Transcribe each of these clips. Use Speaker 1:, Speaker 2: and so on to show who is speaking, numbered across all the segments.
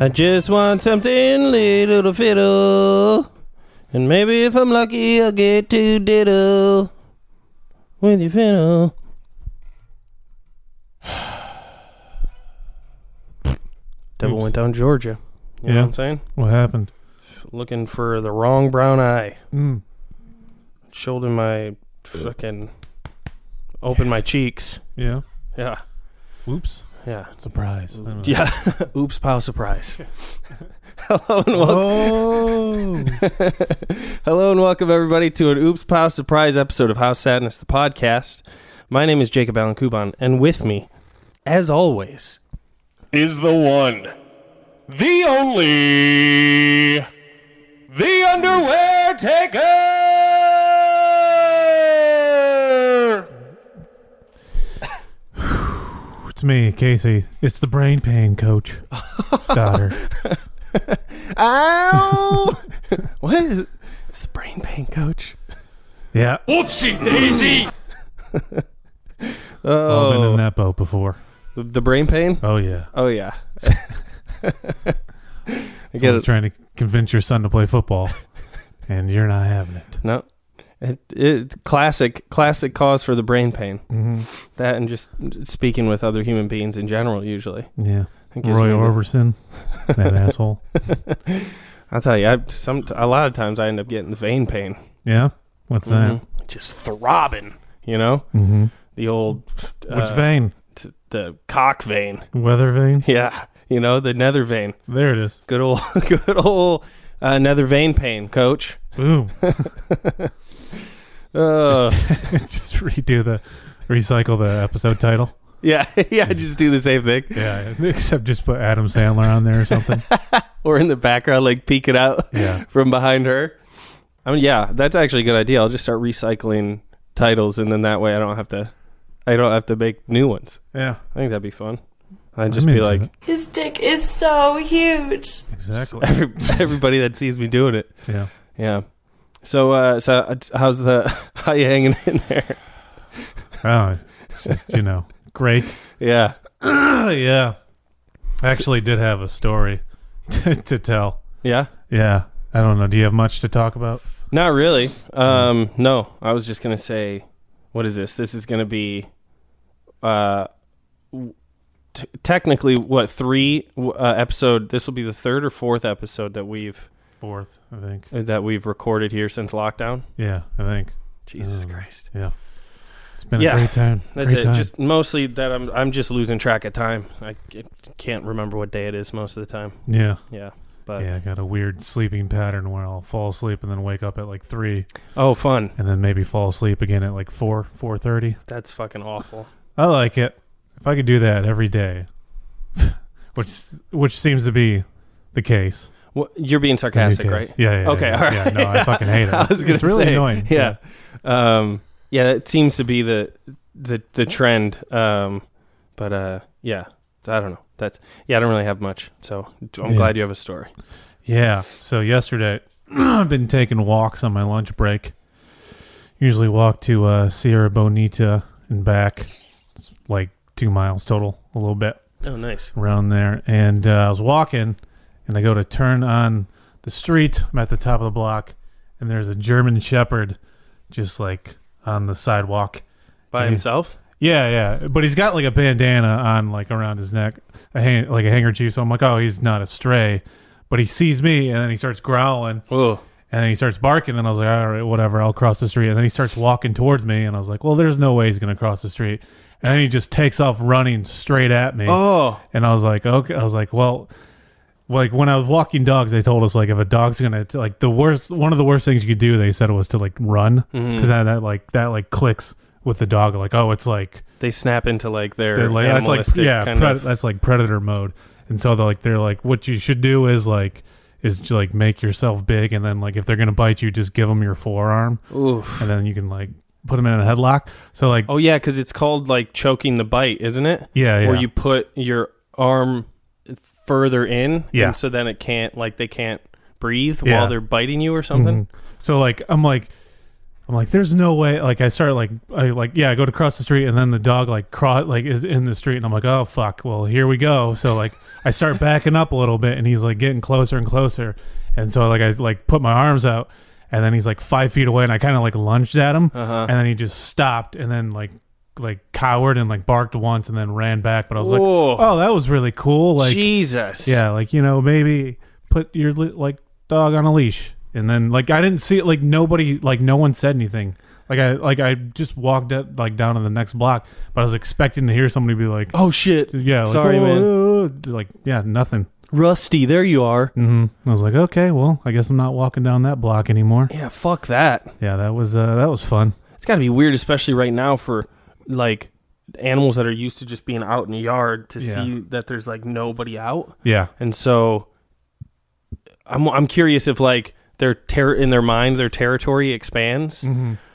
Speaker 1: I just want something little to fiddle. And maybe if I'm lucky, I'll get to diddle with your fiddle. Devil
Speaker 2: Oops.
Speaker 1: went down Georgia. You know
Speaker 2: Yeah.
Speaker 1: what I'm saying?
Speaker 2: What happened?
Speaker 1: Looking for the wrong brown eye.
Speaker 2: Mm.
Speaker 1: Showed him my fucking. Open my cheeks.
Speaker 2: Yeah.
Speaker 1: Yeah.
Speaker 2: Whoops.
Speaker 1: Yeah.
Speaker 2: Surprise. I don't know.
Speaker 1: Yeah. Oops, pow, surprise. Hello and welcome.
Speaker 2: Oh.
Speaker 1: Hello and welcome everybody to an Oops Pow Surprise episode of How Sadness the Podcast. My name is Jacob Allen Kuban, and with me, as always,
Speaker 3: is the one, the only, the underwear taker.
Speaker 2: it's me, Casey. It's the brain pain coach. Stoddard.
Speaker 1: Ow What is it? It's the brain pain coach.
Speaker 2: Yeah.
Speaker 3: Oopsie daisy.
Speaker 2: I've been in
Speaker 1: Oh
Speaker 2: that boat before.
Speaker 1: the, the brain pain?
Speaker 2: Oh yeah.
Speaker 1: Oh yeah. I
Speaker 2: I
Speaker 1: get
Speaker 2: was
Speaker 1: it.
Speaker 2: trying to convince your son to play football, and you're not having it.
Speaker 1: No. It, it classic classic cause for the brain pain.
Speaker 2: hmm
Speaker 1: That and just speaking with other human beings in general usually.
Speaker 2: Yeah.
Speaker 1: It gives
Speaker 2: Roy
Speaker 1: me the-
Speaker 2: Orbison, that asshole.
Speaker 1: I'll tell you, I some a lot of times I end up getting the vein pain.
Speaker 2: Yeah. What's
Speaker 1: Mhm. Just throbbing, you know?
Speaker 2: that? Mm-hmm.
Speaker 1: The old uh,
Speaker 2: Which vein?
Speaker 1: t- the cock vein.
Speaker 2: Weather vein.
Speaker 1: Yeah, you know, the nether vein.
Speaker 2: There it is.
Speaker 1: Good old good old uh, nether vein pain, coach.
Speaker 2: Boom.
Speaker 1: Uh,
Speaker 2: Just redo the, recycle the episode title.
Speaker 1: yeah, yeah, just do the same thing.
Speaker 2: Yeah. Except just put Adam Sandler on there or something.
Speaker 1: Or in the background like peek it out
Speaker 2: Yeah.
Speaker 1: from behind her. I mean, yeah, that's actually a good idea. I'll just start recycling titles and then that way I don't have to I don't have to make new ones.
Speaker 2: Yeah.
Speaker 1: I think that'd be fun. I'd just be
Speaker 2: into
Speaker 1: like
Speaker 2: it.
Speaker 4: His dick is so huge.
Speaker 2: Exactly.
Speaker 1: every, everybody that sees me doing it.
Speaker 2: Yeah.
Speaker 1: Yeah. So uh so uh, how's the how you hanging in there?
Speaker 2: Oh, it's just you know, great. Oh,
Speaker 1: Yeah.
Speaker 2: yeah. I actually did have a story to, to tell.
Speaker 1: Yeah.
Speaker 2: Yeah. I don't know. Do you have much to talk about?
Speaker 1: Not really. Um no, I was just going to say what is this? This is going to be uh w- t- technically what three w- uh, episode this will be the third or fourth episode that we've uh,
Speaker 2: Fourth, I think.
Speaker 1: that we've recorded here since lockdown.
Speaker 2: Yeah, I think.
Speaker 1: Jesus
Speaker 2: Um,
Speaker 1: Christ.
Speaker 2: Yeah. It's been
Speaker 1: Yeah.
Speaker 2: a great time.
Speaker 1: That's
Speaker 2: great
Speaker 1: it.
Speaker 2: Time.
Speaker 1: Just mostly that I'm I'm just losing track of time. I c- can't remember what day it is most of the time.
Speaker 2: yeah.
Speaker 1: Yeah. But
Speaker 2: Yeah, I got a weird sleeping pattern where I'll fall asleep and then wake up at like three,
Speaker 1: oh, fun.
Speaker 2: and then maybe fall asleep again at like four, four thirty.
Speaker 1: That's fucking awful.
Speaker 2: I like it. If I could do that every day, which which seems to be the case.
Speaker 1: Wha you're being sarcastic,
Speaker 2: Newcastle.
Speaker 1: right?
Speaker 2: Yeah, yeah.
Speaker 1: Okay,
Speaker 2: yeah,
Speaker 1: all right.
Speaker 2: Yeah, no, I fucking hate it.
Speaker 1: I was gonna
Speaker 2: it's really
Speaker 1: say,
Speaker 2: annoying.
Speaker 1: Yeah. Um, yeah, it seems to be the the the trend. Um, but uh, yeah, I don't know. That's yeah, I don't really have much. So I'm
Speaker 2: Yeah.
Speaker 1: glad you have a story.
Speaker 2: Yeah. So yesterday, I've been taking walks on my lunch break. Usually walk to uh, Sierra Bonita and back. It's like two miles total, a little bit
Speaker 1: Oh, nice.
Speaker 2: around there. And uh, I was walking, and I go to turn on the street. I'm at the top of the block, and there's a German Shepherd just like on the sidewalk.
Speaker 1: By
Speaker 2: Yeah.
Speaker 1: himself?
Speaker 2: Yeah, yeah, but he's got like a bandana on, like around his neck, a hang- like a handkerchief. So I'm like, oh, he's not a stray, but he sees me and then he starts growling
Speaker 1: Oh,
Speaker 2: and then he starts barking. And I was like, all right, whatever, I'll cross the street. And then he starts walking towards me, and I was like, well, there's no way he's gonna cross the street. And then he just takes off running straight at me.
Speaker 1: oh,
Speaker 2: And I was like, okay. I was like, well, like when I was walking dogs, they told us like if a dog's gonna like the worst, one of the worst things you could do, they said was to like run because that, that like that like clicks with the dog. Like, oh, it's like
Speaker 1: they snap into like their
Speaker 2: they're like that's like
Speaker 1: animalistic
Speaker 2: yeah
Speaker 1: kind
Speaker 2: pre-
Speaker 1: of.
Speaker 2: that's like predator mode and so they're like they're like what you should do is like is to like make yourself big and then like if they're gonna bite you just give them your forearm
Speaker 1: Oof.
Speaker 2: and then you can like put them in a headlock so like
Speaker 1: Oh yeah, because it's called like choking the bite, isn't it?
Speaker 2: yeah yeah
Speaker 1: Where you put your arm further in,
Speaker 2: Yeah.
Speaker 1: and so then it can't like they can't breathe
Speaker 2: Yeah. Mm-hmm.
Speaker 1: while they're biting you or something.
Speaker 2: Mhm. so like i'm like I'm like, there's no way. Like, I start like, I like, yeah, I go to cross the street, and then the dog like cross like is in the street, and I'm like, oh fuck, well here we go. So like, I start backing up a little bit, and he's like getting closer and closer, and so like I like put my arms out, and then he's like five feet away, and I kind of like lunged at him,
Speaker 1: Uh-huh.
Speaker 2: and then he just stopped, and then like like cowered and like barked once, and then ran back. But I was
Speaker 1: Whoa.
Speaker 2: like, oh, that was really cool. Like,
Speaker 1: Jesus.
Speaker 2: yeah, like you know, maybe put your li- like dog on a leash, and then like I didn't see it. Like nobody, like no one said anything. Like I like I just walked up like down to the next block, but I was expecting to hear somebody be like,
Speaker 1: Oh shit.
Speaker 2: "Yeah, like,
Speaker 1: Sorry,
Speaker 2: "Oh,
Speaker 1: man.
Speaker 2: oh, oh," like yeah, nothing."
Speaker 1: Rusty, there you are.
Speaker 2: hmm I was like, "Okay, well, I guess I'm not walking down that block anymore."
Speaker 1: Yeah, fuck that.
Speaker 2: Yeah, that was uh, that was fun.
Speaker 1: It's got to be weird, especially right now for like animals that are used to just being out in the yard to
Speaker 2: Yeah.
Speaker 1: see that there's like nobody out.
Speaker 2: Yeah,
Speaker 1: And so I'm I'm curious if like their ter- in their mind their territory expands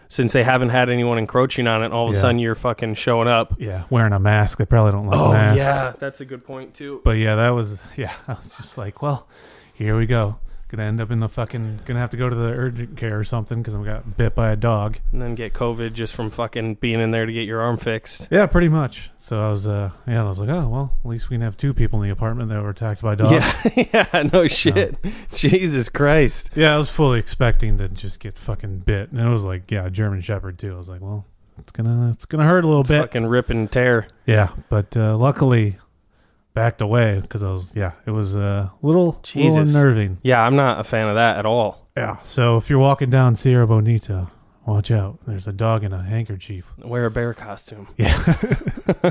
Speaker 1: since they haven't had anyone encroaching on it. All of a
Speaker 2: Yeah.
Speaker 1: sudden you're fucking showing up.
Speaker 2: yeah, wearing a mask. They probably don't like
Speaker 1: Oh
Speaker 2: masks.
Speaker 1: yeah, that's a good point too.
Speaker 2: But yeah, that was yeah. I was just like, well, here we go. Gonna end up in the fucking. Gonna have to go to the urgent care or something because I got bit by a dog.
Speaker 1: And then get COVID just from fucking being in there to get your arm fixed.
Speaker 2: Yeah, pretty much. So I was uh yeah, I was like, oh well, at least we can have two people in the apartment that were attacked by dogs. Yeah,
Speaker 1: Yeah, yeah, no shit. Jesus Christ.
Speaker 2: yeah. I was fully expecting to just get fucking bit, and it was like yeah, German Shepherd too. I was like, well, it's gonna it's gonna hurt a little bit.
Speaker 1: Fucking rip and tear.
Speaker 2: Yeah, but uh, luckily backed away because I was yeah, it was uh, a little little
Speaker 1: Jesus.
Speaker 2: unnerving.
Speaker 1: Yeah, I'm not a fan of that at all.
Speaker 2: Yeah. So if you're walking down Sierra Bonita, watch out. There's a dog in a handkerchief.
Speaker 1: Wear a bear costume.
Speaker 2: Yeah. Get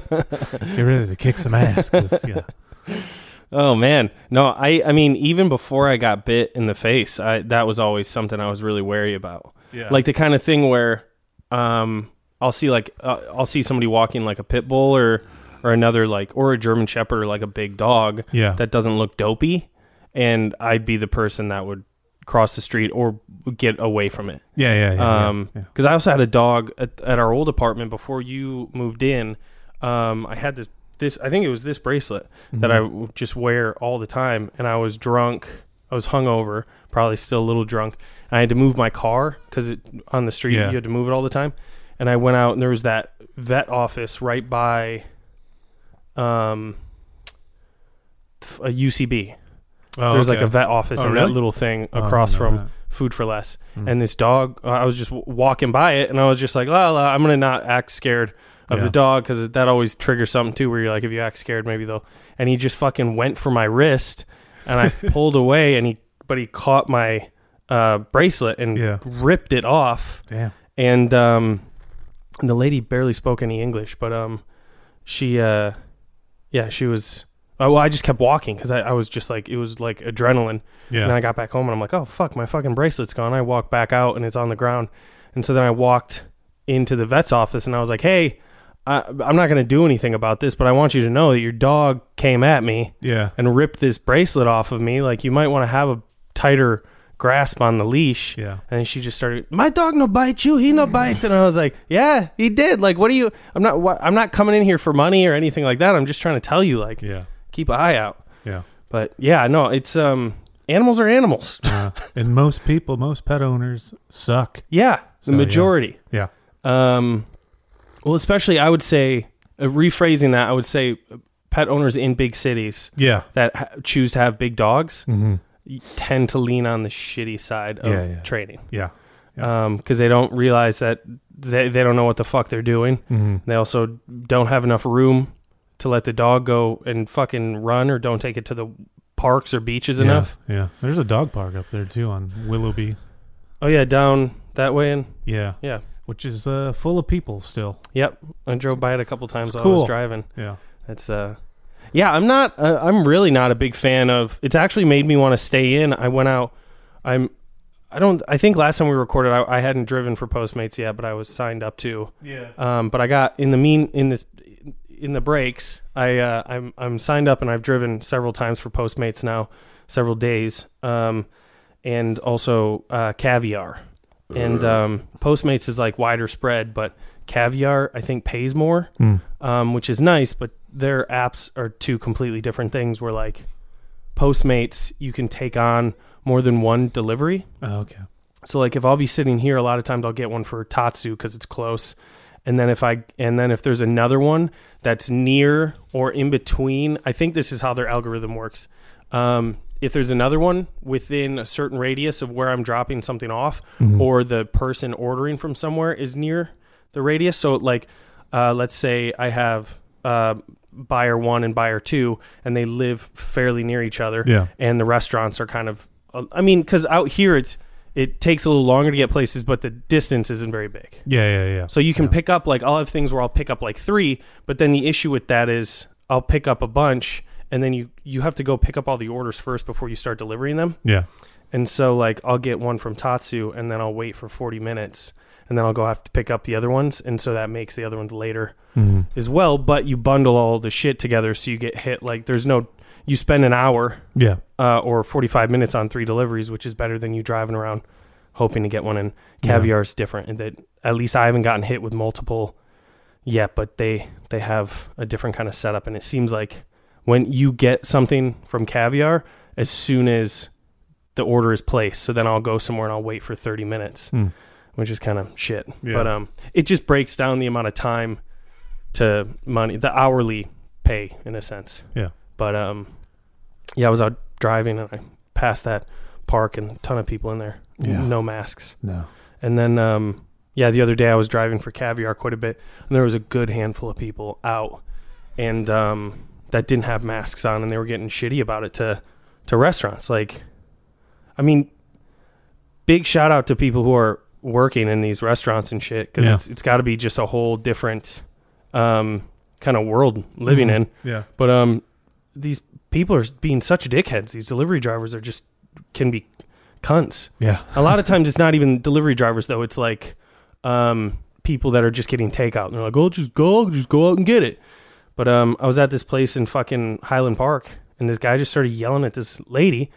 Speaker 2: ready to kick some ass. 'cause, yeah.
Speaker 1: Oh man, no, I I mean even before I got bit in the face, I that was always something I was really wary about.
Speaker 2: Yeah.
Speaker 1: Like the kind of thing where, um, I'll see like uh, I'll see somebody walking like a pit bull or or another like or a German Shepherd or like a big dog
Speaker 2: Yeah.
Speaker 1: that doesn't look dopey, and I'd be the person that would cross the street or get away from it.
Speaker 2: yeah. Yeah. Yeah.
Speaker 1: Um 'cause
Speaker 2: yeah,
Speaker 1: because I also had a dog at, at our old apartment before you moved in. Um, I had this this I think it was this bracelet
Speaker 2: Mm-hmm.
Speaker 1: that I would just wear all the time, and I was drunk. I was hungover, probably still a little drunk. And I had to move my car because on the street
Speaker 2: Yeah.
Speaker 1: you had to move it all the time. And I went out, and there was that vet office right by, um, a UCB
Speaker 2: yeah. Oh,
Speaker 1: there's like
Speaker 2: okay.
Speaker 1: a vet office
Speaker 2: Oh,
Speaker 1: in
Speaker 2: really?
Speaker 1: that little thing
Speaker 2: Oh, I
Speaker 1: across
Speaker 2: didn't
Speaker 1: from
Speaker 2: know that. Hmm.
Speaker 1: Food for Less. And this dog, uh, I was just w- walking by it, and I was just like, la la, I'm gonna not act scared of the
Speaker 2: Yeah.
Speaker 1: dog because that always triggers something too, where you're like, if you act scared, maybe they'll. And he just fucking went for my wrist, and I pulled away, and he, but he caught my uh, bracelet and
Speaker 2: Yeah.
Speaker 1: ripped it off
Speaker 2: Damn.
Speaker 1: and um, the lady barely spoke any English, but um, she uh, yeah, she was. Oh, well, I just kept walking because I, I was just like it was like adrenaline.
Speaker 2: Yeah.
Speaker 1: And then I got back home and I'm like, oh fuck, my fucking bracelet's gone. I walked back out and it's on the ground, and so then I walked into the vet's office and I was like, hey, I, I'm not gonna do anything about this, but I want you to know that your dog came at me
Speaker 2: yeah.
Speaker 1: and ripped this bracelet off of me. Like you might want to have a tighter grasp on the leash.
Speaker 2: Yeah.
Speaker 1: And she just started, my dog no bite you, he no bite. And I was like, yeah, he did. Like, what do you, I'm not, wh- I'm not coming in here for money or anything like that. I'm just trying to tell you, like,
Speaker 2: Yeah.
Speaker 1: keep an eye out.
Speaker 2: Yeah.
Speaker 1: But yeah, no, it's, um, animals are animals.
Speaker 2: Uh, and most people, most pet owners suck.
Speaker 1: yeah. The
Speaker 2: So, yeah.
Speaker 1: majority.
Speaker 2: Yeah.
Speaker 1: Um, well, especially I would say, uh, rephrasing that, I would say uh, pet owners in big cities
Speaker 2: Yeah.
Speaker 1: that ha- choose to have big dogs
Speaker 2: Mm-hmm.
Speaker 1: tend to lean on the shitty side of
Speaker 2: Yeah, yeah.
Speaker 1: trading
Speaker 2: Yeah. Yeah.
Speaker 1: because they don't realize that they, they don't know what the fuck they're doing.
Speaker 2: Mm-hmm.
Speaker 1: They also don't have enough room to let the dog go and fucking run or don't take it to the parks or beaches enough.
Speaker 2: Yeah. There's a dog park up there too on Willoughby.
Speaker 1: Oh, yeah, down that way. And
Speaker 2: Yeah.
Speaker 1: yeah,
Speaker 2: Which is uh, full of people still.
Speaker 1: yep. I drove by it a couple times while I was
Speaker 2: cool.
Speaker 1: driving.
Speaker 2: Yeah.
Speaker 1: It's uh yeah, I'm not uh, I'm really not a big fan of it's actually made me want to stay in. I went out I'm I don't I think last time we recorded I, I hadn't driven for Postmates yet, but I was signed up to.
Speaker 2: Yeah.
Speaker 1: Um but I got in the mean in this in the breaks, I uh I'm I'm signed up and I've driven several times for Postmates now, several days. Um and also uh caviar. And um Postmates is like wider spread, but caviar I think pays more
Speaker 2: Mm.
Speaker 1: um, which is nice, but their apps are two completely different things. Where like Postmates, you can take on more than one delivery,
Speaker 2: Oh, okay.
Speaker 1: So like if I'll be sitting here, a lot of times I'll get one for Tatsu because it's close, and then if I and then if there's another one that's near or in between, I think this is how their algorithm works. Um, if there's another one within a certain radius of where I'm dropping something off, or the person ordering from somewhere is near the radius, so like uh, let's say I have uh, buyer one and buyer two, and they live fairly near each other,
Speaker 2: Yeah.
Speaker 1: and the restaurants are kind of i mean because out here it's it takes a little longer to get places but the distance isn't very big
Speaker 2: Yeah, yeah, yeah.
Speaker 1: so you can pick up like i'll have things where i'll pick up like three but then the issue with that is i'll pick up a bunch and then you you have to go pick up all the orders first before you start delivering them
Speaker 2: yeah,
Speaker 1: and so like i'll get one from tatsu and then i'll wait for 40 minutes and then i'll go have to pick up the other ones and so that makes the other ones later
Speaker 2: Mm-hmm.
Speaker 1: as well but you bundle all the shit together so you get hit like there's no you spend an hour
Speaker 2: yeah.
Speaker 1: uh, or 45 minutes on three deliveries, which is better than you driving around hoping to get one. And caviar is different. And that at least I haven't gotten hit with multiple yet, but they they have a different kind of setup. And it seems like when you get something from caviar, as soon as the order is placed, so then I'll go somewhere and I'll wait for 30 minutes,
Speaker 2: Hmm.
Speaker 1: which is kind of shit.
Speaker 2: Yeah.
Speaker 1: But um, it just breaks down the amount of time to money, the hourly pay in a sense.
Speaker 2: Yeah.
Speaker 1: But um, yeah, I was out driving and I passed that park and a ton of people in there,
Speaker 2: Yeah.
Speaker 1: no masks.
Speaker 2: No.
Speaker 1: And then um, yeah, the other day I was driving for Caviar quite a bit, and there was a good handful of people out, and um, that didn't have masks on, and they were getting shitty about it to to restaurants. Like, I mean, big shout out to people who are working in these restaurants and shit because
Speaker 2: Yeah.
Speaker 1: it's it's got to be just a whole different um, kind of world living in.
Speaker 2: Mm-hmm. Yeah.
Speaker 1: But um, these people are being such dickheads. These delivery drivers are just can be cunts.
Speaker 2: Yeah.
Speaker 1: A lot of times it's not even delivery drivers though. It's like um, people that are just getting takeout. And they're like, oh, just go, just go out and get it. But um, I was at this place in fucking Highland Park, and this guy just started yelling at this lady,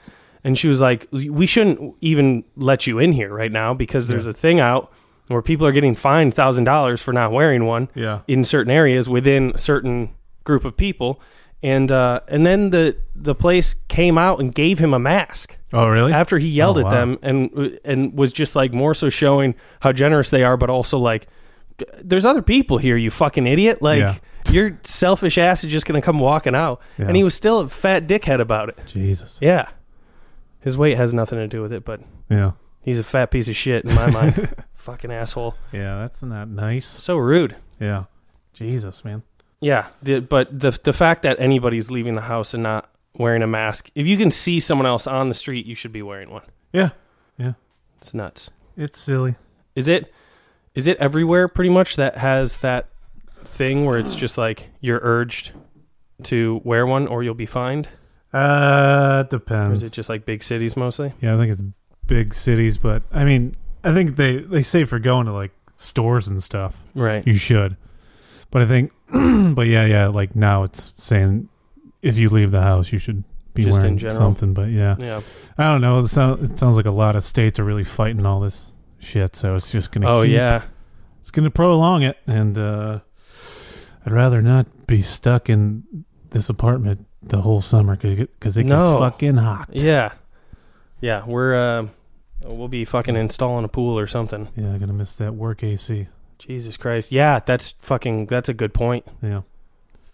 Speaker 1: and she was like, "We shouldn't even let you in here right now because there's a thing out where people are getting fined thousand dollars for not wearing one."
Speaker 2: Yeah.
Speaker 1: in certain areas within a certain group of people and uh, and then the the place came out and gave him a mask
Speaker 2: Oh, really?
Speaker 1: after he yelled at
Speaker 2: Oh, wow.
Speaker 1: them and and was just like more so showing how generous they are but also like there's other people here you fucking idiot like
Speaker 2: Yeah.
Speaker 1: your selfish ass is just going to come walking out
Speaker 2: Yeah.
Speaker 1: and he was still a fat dickhead about it
Speaker 2: Jesus.
Speaker 1: yeah his weight has nothing to do with it but
Speaker 2: Yeah.
Speaker 1: he's a fat piece of shit in my mind fucking asshole
Speaker 2: Yeah. That's not nice.
Speaker 1: so rude
Speaker 2: Yeah. Jesus, man.
Speaker 1: Yeah, the, but the the fact that anybody's leaving the house and not wearing a mask, if you can see someone else on the street, you should be wearing one.
Speaker 2: Yeah. Yeah.
Speaker 1: It's nuts.
Speaker 2: It's silly.
Speaker 1: Is it is it everywhere pretty much that has that thing where it's just like you're urged to wear one or you'll be fined?
Speaker 2: Uh, it
Speaker 1: Or
Speaker 2: depends.
Speaker 1: is it just like big cities mostly?
Speaker 2: yeah, I think it's big cities, but I mean, I think they they say for going to like stores and stuff,
Speaker 1: Right.
Speaker 2: you should. But I think, but yeah, yeah, like now it's saying if you leave the house, you should be
Speaker 1: Just in
Speaker 2: wearing
Speaker 1: general.
Speaker 2: something. But yeah,
Speaker 1: Yeah.
Speaker 2: I don't know. It, sound, it sounds like a lot of states are really fighting all this shit, so it's just gonna.
Speaker 1: Oh
Speaker 2: keep-
Speaker 1: yeah.
Speaker 2: it's gonna prolong it, and uh, I'd rather not be stuck in this apartment the whole summer because it gets
Speaker 1: No.
Speaker 2: fucking hot.
Speaker 1: Yeah. Yeah, we're uh, we'll be fucking installing a pool or something.
Speaker 2: Yeah, I'm gonna miss that work AC.
Speaker 1: Jesus Christ. Yeah, that's fucking that's a good point.
Speaker 2: Yeah,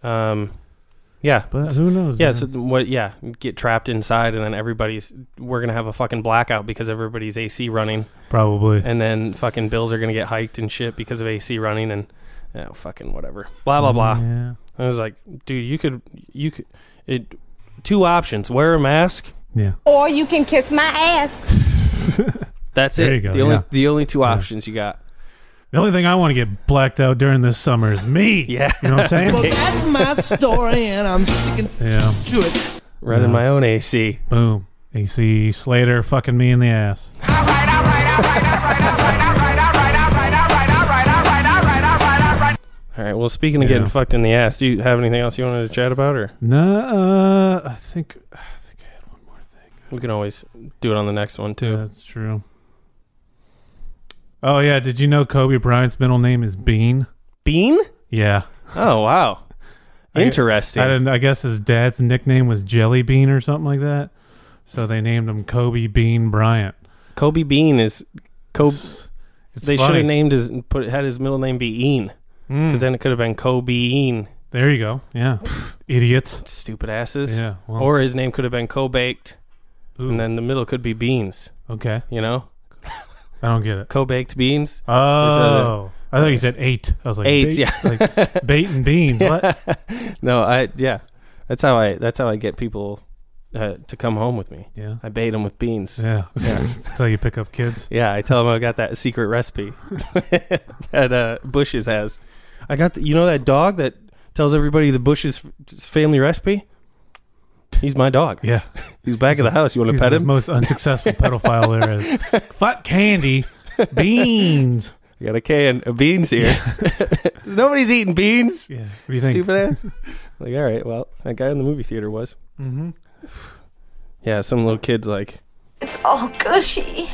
Speaker 1: Um yeah,
Speaker 2: but who knows?
Speaker 1: Yeah,
Speaker 2: man.
Speaker 1: so th- what? Yeah, get trapped inside, and then everybody's we're gonna have a fucking blackout because everybody's AC running,
Speaker 2: probably.
Speaker 1: and then fucking bills are gonna get hiked and shit because of AC running, and oh, fucking whatever, blah blah blah.
Speaker 2: Yeah,
Speaker 1: I was like, dude, you could you could it two options: wear a mask.
Speaker 2: yeah,
Speaker 5: Or you can kiss my ass.
Speaker 1: That's
Speaker 2: There
Speaker 1: it.
Speaker 2: you go,
Speaker 1: the only
Speaker 2: yeah.
Speaker 1: the only two options you got.
Speaker 2: The only thing I want to get blacked out during this summer is me.
Speaker 1: Yeah.
Speaker 2: you know what I'm saying?
Speaker 6: That's my story, and I'm sticking
Speaker 2: yeah.
Speaker 6: to it.
Speaker 1: Running my own AC.
Speaker 2: Boom. AC Slater fucking me in the ass.
Speaker 1: All right. Well, speaking of getting
Speaker 2: Yeah.
Speaker 1: fucked in the ass, do you have anything else you wanted to chat about, or
Speaker 2: No, uh, I think I think I had one more thing.
Speaker 1: we can always do it on the next one too.
Speaker 2: That's true. Oh yeah, did you know Kobe Bryant's middle name is Bean?
Speaker 1: Bean?
Speaker 2: Yeah.
Speaker 1: Oh wow, interesting.
Speaker 2: I didn't. I guess his dad's nickname was Jelly Bean or something like that. So they named him Kobe Bean Bryant.
Speaker 1: Kobe Bean is Kobe.
Speaker 2: It's
Speaker 1: They
Speaker 2: funny. Mm.
Speaker 1: should have named his put had his middle name be Ean because then it could have been Kobean.
Speaker 2: There you go. Yeah, idiots.
Speaker 1: Stupid asses.
Speaker 2: Yeah, well.
Speaker 1: or his name could have been co-baked,
Speaker 2: Ooh,
Speaker 1: and then the middle could be beans.
Speaker 2: okay,
Speaker 1: You know,
Speaker 2: I don't get it.
Speaker 1: co-baked beans.
Speaker 2: Oh, I thought you said eight. I was like
Speaker 1: Eight,
Speaker 2: bait-
Speaker 1: yeah.
Speaker 2: like bait and beans. What?
Speaker 1: No, I yeah, that's how I that's how I get people uh, to come home with me.
Speaker 2: Yeah,
Speaker 1: I bait them with beans. Yeah.
Speaker 2: yeah. That's how you pick up kids.
Speaker 1: I tell them I got that secret recipe that uh, Bush's has. I got the, you know that dog that tells everybody the Bush's f- family recipe. He's my dog.
Speaker 2: Yeah,
Speaker 1: He's back of the house. You want to
Speaker 2: he's
Speaker 1: pet
Speaker 2: the
Speaker 1: him?
Speaker 2: most unsuccessful pedophile there is. Fuck candy, beans.
Speaker 1: I got a can of beans here. Nobody's eating beans.
Speaker 2: Yeah, what do you think?
Speaker 1: Stupid ass. like, all right, well, that guy in the movie theater was.
Speaker 2: Mhm.
Speaker 1: Yeah, some little kid's like,
Speaker 4: It's all gushy.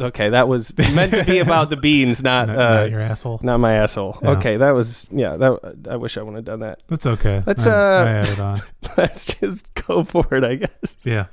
Speaker 1: okay, that was meant to be about the beans, not
Speaker 2: Not,
Speaker 1: uh,
Speaker 2: not your asshole.
Speaker 1: not my asshole.
Speaker 2: Yeah.
Speaker 1: Okay, that was yeah. That I wish I wouldn't have done that.
Speaker 2: That's okay.
Speaker 1: Let's,
Speaker 2: I,
Speaker 1: uh,
Speaker 2: I added on.
Speaker 1: Let's just go for it, I guess.
Speaker 2: Yeah.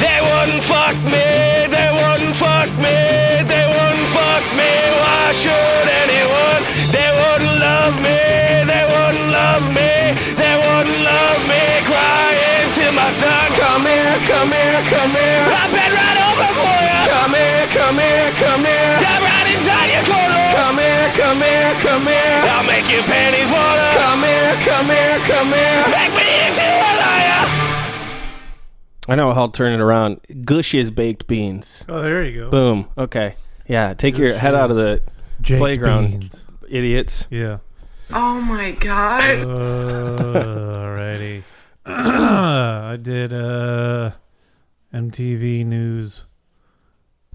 Speaker 3: They wouldn't fuck me. They wouldn't fuck me. They wouldn't fuck me. Why should anyone? They wouldn't love me. They wouldn't love me. They wouldn't love me. Crying to my son, come here, come here, come here. I've been right over for you. Come here, come here, come here. Dive right inside your corner. Come here, come here, come here. I'll make your panties water. Come here, come here, come here. Make me into a liar.
Speaker 1: I know how I'll turn it around. Gush's baked beans.
Speaker 2: Oh, there you go.
Speaker 1: Boom. Okay. Yeah, take your head out of the
Speaker 2: Jake
Speaker 1: playground.
Speaker 2: Beans.
Speaker 1: idiots.
Speaker 2: Yeah.
Speaker 7: Oh my god.
Speaker 2: Alrighty. I did uh, MTV News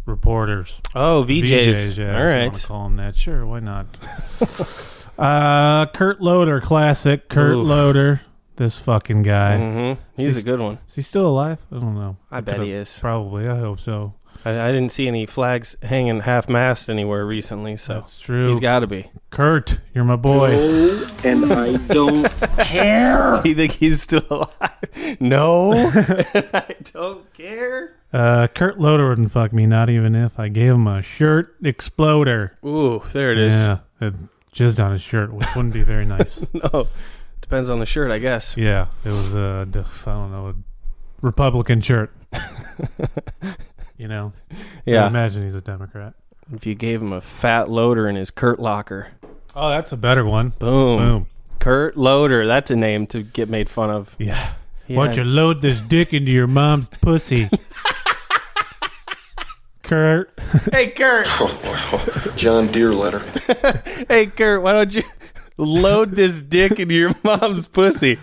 Speaker 2: reporters.
Speaker 1: Oh, VJs.
Speaker 2: yeah,
Speaker 1: All
Speaker 2: if you wanna
Speaker 1: right.
Speaker 2: call them that. Sure, why not? uh, Kurt Loder, classic. Kurt
Speaker 1: Oof.
Speaker 2: Loder. This fucking guy.
Speaker 1: Mm-hmm. He's a good one.
Speaker 2: Is he still alive? I don't know.
Speaker 1: I bet he is.
Speaker 2: Probably. I hope so.
Speaker 1: I, I didn't see any flags hanging half mast anywhere recently, so
Speaker 2: That's true.
Speaker 1: he's got to be.
Speaker 2: Kurt, you're my boy.
Speaker 8: and I don't
Speaker 1: Do you think he's still alive? No, I don't care.
Speaker 2: Uh, Kurt Loder wouldn't fuck me, not even if I gave him a shirt exploder.
Speaker 1: Ooh, there it is.
Speaker 2: Yeah, it jizzed on his shirt, which wouldn't be very nice.
Speaker 1: No, Oh, depends on the shirt, I guess.
Speaker 2: yeah, it was a d- I don't know a Republican shirt. you know, I
Speaker 1: Yeah,
Speaker 2: imagine he's a Democrat.
Speaker 1: if you gave him a fat loader in his Kurt Locker,
Speaker 2: Oh, that's a better one.
Speaker 1: boom,
Speaker 2: Boom.
Speaker 1: Kurt Loader. That's a name to get made fun of.
Speaker 2: Yeah.
Speaker 1: He
Speaker 2: Why
Speaker 1: had-
Speaker 2: don't you load this dick into your mom's pussy? Kurt,
Speaker 1: Hey Kurt,
Speaker 8: John Deere letter.
Speaker 1: hey Kurt, why don't you load this dick into your mom's pussy?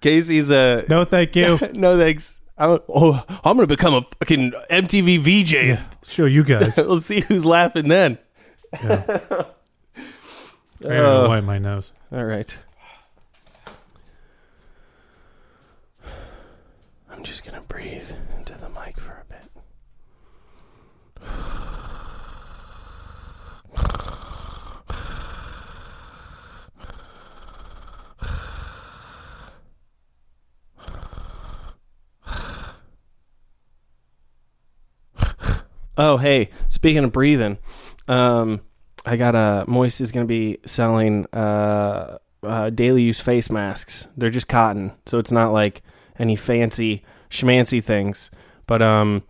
Speaker 1: Casey's a
Speaker 2: no, thank you.
Speaker 1: no thanks. I'm, oh, I'm gonna become a fucking MTV VJ.
Speaker 2: Yeah, show you guys.
Speaker 1: We'll see who's laughing then.
Speaker 2: I gotta
Speaker 1: Uh.
Speaker 2: wipe my nose.
Speaker 1: All right. I'm just going to breathe into the mic for a bit. Oh, hey, speaking of breathing, um, I got a Moist is going to be selling uh, uh, daily use face masks. They're just cotton, so it's not like any fancy schmancy things. But um,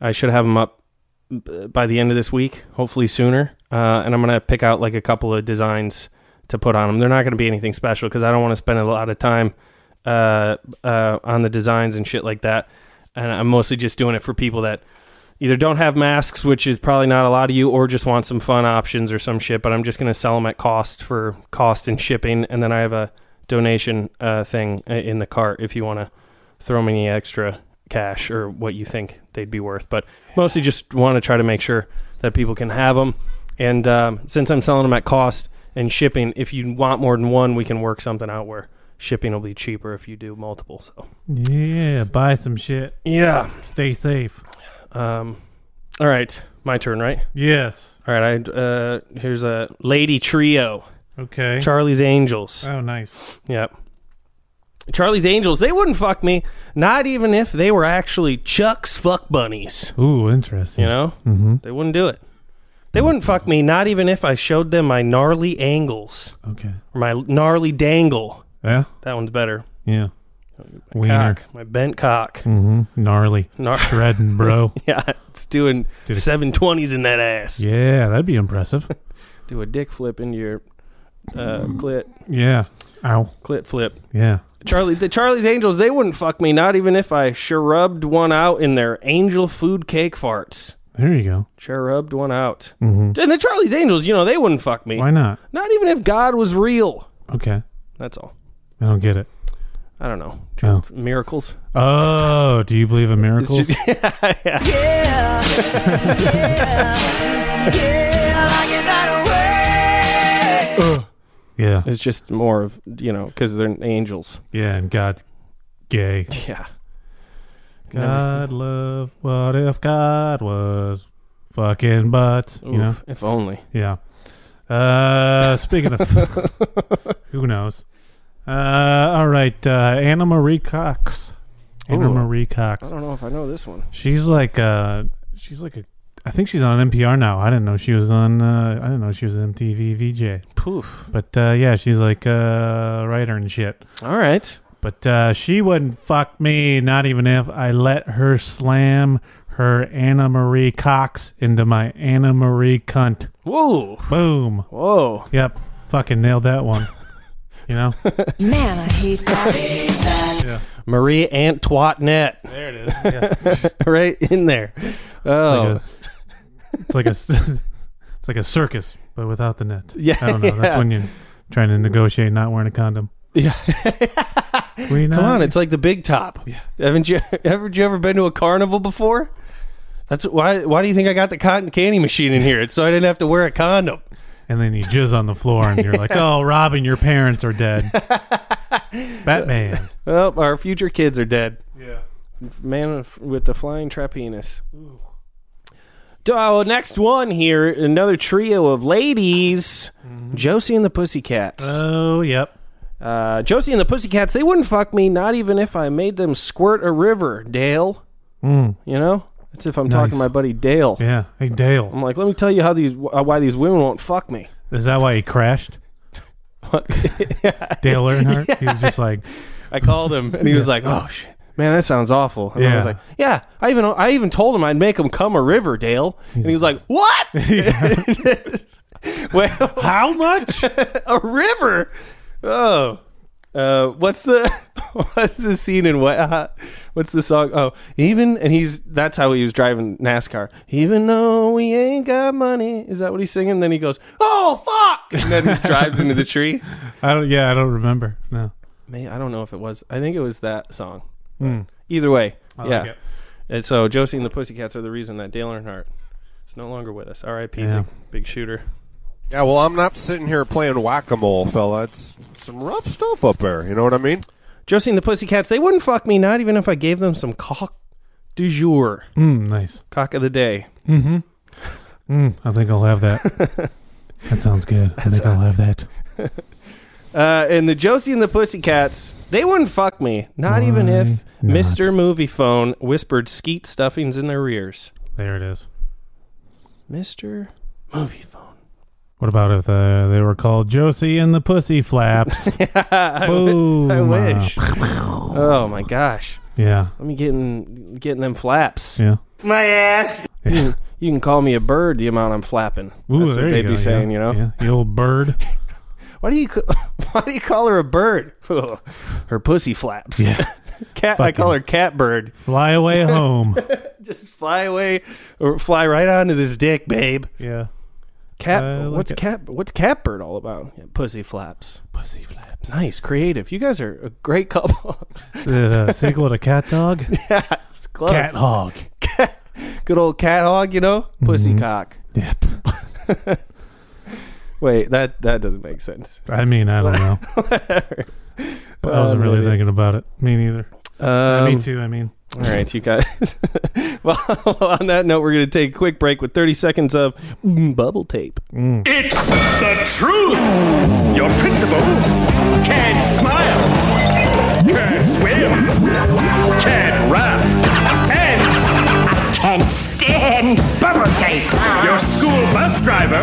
Speaker 1: I should have them up b- by the end of this week, hopefully sooner. Uh, and I'm going to pick out like a couple of designs to put on them. They're not going to be anything special because I don't want to spend a lot of time uh, uh, on the designs and shit like that. And I'm mostly just doing it for people that either don't have masks, which is probably not a lot of you, or just want some fun options or some shit. But I'm just going to sell them at cost for cost and shipping, and then I have a donation uh, thing uh, in the cart if you want to throw me any extra cash or what you think they'd be worth. But mostly just want to try to make sure that people can have them. And um, since I'm selling them at cost and shipping, if you want more than one, we can work something out where shipping will be cheaper if you do multiple. So
Speaker 2: Yeah, buy some shit.
Speaker 1: yeah,
Speaker 2: Stay safe.
Speaker 1: um, All right, my turn, right?
Speaker 2: Yes.
Speaker 1: All right, I uh, here's a lady trio,
Speaker 2: Okay.
Speaker 1: Charlie's Angels.
Speaker 2: oh, nice.
Speaker 1: Yep. Charlie's Angels, they wouldn't fuck me, not even if they were actually Chuck's fuck bunnies.
Speaker 2: Ooh, interesting.
Speaker 1: You know? Mm-hmm. They wouldn't do it. They wouldn't fuck me, not even if I showed them my gnarly angles
Speaker 2: Okay.
Speaker 1: or my gnarly dangle.
Speaker 2: Yeah.
Speaker 1: That one's better.
Speaker 2: Yeah. Wiener.
Speaker 1: Oh, Cock, my bent cock.
Speaker 2: Mm-hmm. Gnarly.
Speaker 1: Gnar-
Speaker 2: Shredding, bro.
Speaker 1: yeah, it's doing
Speaker 2: Did it-
Speaker 1: seven twenties in that ass.
Speaker 2: yeah, that'd be impressive.
Speaker 1: Do a dick flip into your uh, clit,
Speaker 2: Yeah. Ow.
Speaker 1: clit flip.
Speaker 2: Yeah.
Speaker 1: Charlie, the Charlie's Angels, they wouldn't fuck me, not even if I rubbed one out in their angel food cake farts.
Speaker 2: There you go.
Speaker 1: rubbed one out. Mm-hmm. And the Charlie's Angels, you know, they wouldn't fuck me.
Speaker 2: Why not?
Speaker 1: Not even if God was real.
Speaker 2: Okay.
Speaker 1: That's all.
Speaker 2: I don't get it.
Speaker 1: I don't know.
Speaker 2: Oh.
Speaker 1: Miracles.
Speaker 2: Oh, do you believe in
Speaker 1: It's
Speaker 2: miracles?
Speaker 1: just,
Speaker 2: yeah.
Speaker 1: it's just more of, you know, because they're angels.
Speaker 2: Yeah, and God's gay.
Speaker 1: Yeah.
Speaker 2: God love. What if God was fucking butts? You
Speaker 1: Oof,
Speaker 2: know.
Speaker 1: If only.
Speaker 2: Yeah. Uh, speaking of, who knows? Uh, all right, uh, Anna Marie Cox. Anna
Speaker 1: Ooh.
Speaker 2: Marie
Speaker 1: I
Speaker 2: Cox.
Speaker 1: don't know if I know this one.
Speaker 2: She's like uh, she's like a. I think she's on NPR now. I didn't know she was on. Uh, I didn't know she was an MTV VJ.
Speaker 1: Poof.
Speaker 2: But uh, yeah, she's like a writer and shit.
Speaker 1: All right.
Speaker 2: But uh, she wouldn't fuck me, not even if I let her slam her Anna Marie Cox into my Anna Marie cunt.
Speaker 1: Whoa.
Speaker 2: Boom.
Speaker 1: Whoa.
Speaker 2: Yep. Fucking nailed that one. You know?
Speaker 4: Man, I hate that.
Speaker 1: Marie Antoinette.
Speaker 2: there it is. Yeah. It's
Speaker 1: right in there. Oh.
Speaker 2: like a it's like a s- it's like a circus, but without the net.
Speaker 1: Yeah,
Speaker 2: I don't know. That's
Speaker 1: yeah.
Speaker 2: when you're trying to negotiate not wearing a condom.
Speaker 1: Yeah.
Speaker 2: We
Speaker 1: Come
Speaker 2: not-
Speaker 1: on, it's like the big top. Haven't you haven't you ever been to a carnival before? That's why why do you think I got the cotton candy machine in here? It's so I didn't have to wear a condom.
Speaker 2: and then you jizz on the floor and you're like, Oh, Robin, your parents are dead. Batman.
Speaker 1: Well, our future kids are dead.
Speaker 2: Yeah.
Speaker 1: Man with the flying trapenis. Oh, next one here, another trio of ladies. Josie and the Pussycats.
Speaker 2: Oh, yep.
Speaker 1: Uh, Josie and the Pussycats, they wouldn't fuck me, not even if I made them squirt a river, Dale. You know? That's if I'm talking to
Speaker 2: Nice.
Speaker 1: my buddy Dale.
Speaker 2: Yeah. Hey,
Speaker 1: I'm
Speaker 2: Dale,
Speaker 1: like, let me tell you how these uh, why these women won't fuck me.
Speaker 2: is that why he crashed? Dale Earnhardt? He was just like,
Speaker 1: I called him and he was like, "Oh shit, man, that sounds awful." And I
Speaker 2: Yeah.
Speaker 1: was like, "Yeah, I even I even told him I'd make him come a river, Dale." And he was like, "What? well,
Speaker 2: How much?
Speaker 1: a river? Oh, uh, what's the what's the scene in what? Uh, what's the song? Oh, even and he's that's how he was driving NASCAR. Even though we ain't got money, is that what he's singing? Then he goes, "Oh fuck!" and then he drives into the tree.
Speaker 2: I don't. Yeah, I don't remember. No.
Speaker 1: May I don't know if it was. I think it was that song. Either way, Hmm. yeah.
Speaker 2: like it.
Speaker 1: And so Josie and the Pussycats are the reason that Dale Earnhardt is no longer with us. R.I.P.
Speaker 2: Yeah.
Speaker 1: Big, big shooter.
Speaker 9: Yeah, well, I'm not sitting here playing whack a mole, fella. It's some rough stuff up there. You know what I mean?
Speaker 1: Josie and the Pussycats, they wouldn't fuck me, not even if I gave them some cock du jour,
Speaker 2: Mm, nice. Hmm,
Speaker 1: cock of the day.
Speaker 2: I think I'll have that. that sounds good. I think I'll have that.
Speaker 1: Uh, and the Josie and the Pussycats, they wouldn't fuck me, not even if
Speaker 2: not?
Speaker 1: Mr. Movie Phone whispered skeet stuffings in their ears.
Speaker 2: There it is.
Speaker 1: Mr. Movie Phone.
Speaker 2: What about if uh, they were called Josie and the Pussy Flaps? Boom.
Speaker 1: I wish. oh my gosh.
Speaker 2: Yeah.
Speaker 1: Let me get in, getting them flaps.
Speaker 2: Yeah.
Speaker 1: You can call me a bird the amount I'm flapping.
Speaker 2: Ooh,
Speaker 1: That's
Speaker 2: there
Speaker 1: what
Speaker 2: you
Speaker 1: they'd
Speaker 2: go.
Speaker 1: be saying,
Speaker 2: yeah.
Speaker 1: you know.
Speaker 2: Yeah. You old bird.
Speaker 1: Why do you ca- why do you call her a bird? Ugh. her pussy flaps. cat, I call her cat bird.
Speaker 2: Fly away home.
Speaker 1: Just fly away or fly right onto this dick, babe.
Speaker 2: yeah.
Speaker 1: Cat.
Speaker 2: I like
Speaker 1: what's
Speaker 2: it.
Speaker 1: cat? What's cat bird all about? Yeah, pussy flaps.
Speaker 2: Pussy Flaps.
Speaker 1: Nice, creative. You guys are a great couple.
Speaker 2: Is it uh, a sequel to Cat Dog?
Speaker 1: yeah, it's close.
Speaker 2: Cat Hog. Mm-hmm.
Speaker 1: Good old cat hog, you know, pussy cock.
Speaker 2: Yep.
Speaker 1: Wait, that that doesn't make sense.
Speaker 2: I mean, I don't know. I wasn't really
Speaker 1: maybe.
Speaker 2: thinking about it. Me neither.
Speaker 1: Um,
Speaker 2: Me too, I mean.
Speaker 1: All right, you guys. well, on that note, we're going to take a quick break with 30 seconds of mm, bubble tape.
Speaker 3: It's the truth. Your principal can't smile, can't swim, can't rap, and can't stand bubble tape. Your school bus driver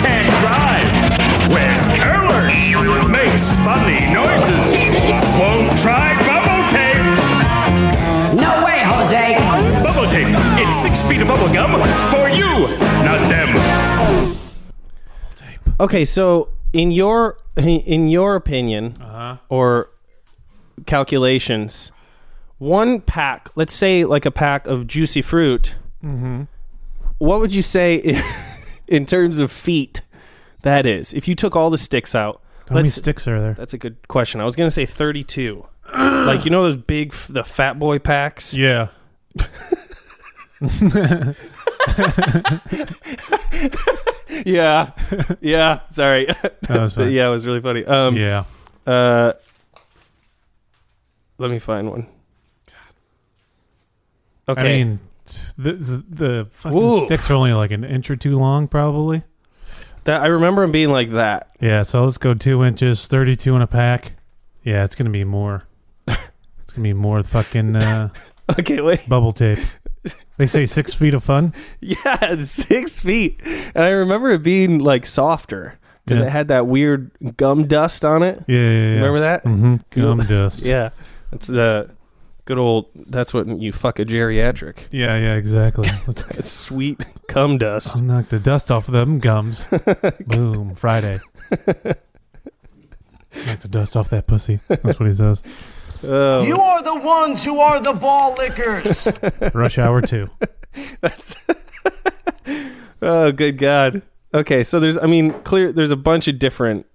Speaker 3: can't drive, wears curlers, makes funny noises, won't try bubble tape. No way, Jose. Bubble tape. It's six feet of bubble gum for you, not them.
Speaker 1: Okay, so in your in your opinion
Speaker 2: Uh-huh.
Speaker 1: or calculations, one pack, let's say like a pack of juicy fruit,
Speaker 2: Mm-hmm.
Speaker 1: what would you say in, in terms of feet that is? If you took all the sticks out,
Speaker 2: How many
Speaker 1: let's-
Speaker 2: sticks are there?
Speaker 1: that's a good question. I was gonna say thirty-two. like you know those big f- the Fat Boy packs.
Speaker 2: Yeah.
Speaker 1: Yeah, yeah. Sorry.
Speaker 2: No, that's fine.
Speaker 1: yeah, it was really funny. Um,
Speaker 2: Yeah.
Speaker 1: Uh, let me find one.
Speaker 2: I
Speaker 1: Okay.
Speaker 2: mean, the, the fucking
Speaker 1: Ooh.
Speaker 2: sticks are only like an inch or two long, probably.
Speaker 1: that I remember him being like that.
Speaker 2: Yeah, so let's go two inches, 32 in a pack. Yeah, it's going to be more. It's going to be more fucking uh,
Speaker 1: Okay, wait.
Speaker 2: bubble tape. They say six feet of fun.
Speaker 1: Yeah, six feet. And I remember it being like softer because
Speaker 2: Yeah.
Speaker 1: it had that weird gum dust on it.
Speaker 2: Yeah, yeah, yeah.
Speaker 1: Remember that?
Speaker 2: hmm
Speaker 1: Cool.
Speaker 2: Gum dust.
Speaker 1: Yeah. It's uh, good old. That's what you fuck a geriatric.
Speaker 2: yeah, yeah, exactly. Let's
Speaker 1: It's sweet cum dust.
Speaker 2: I'll knock the dust off them gums. Boom, Friday. knock the dust off that pussy. That's what he says. Um,
Speaker 1: Oh,
Speaker 10: You are the ones who are the ball lickers.
Speaker 2: Rush hour two.
Speaker 1: oh, good God. Okay, so there's, I mean, clear, there's a bunch of different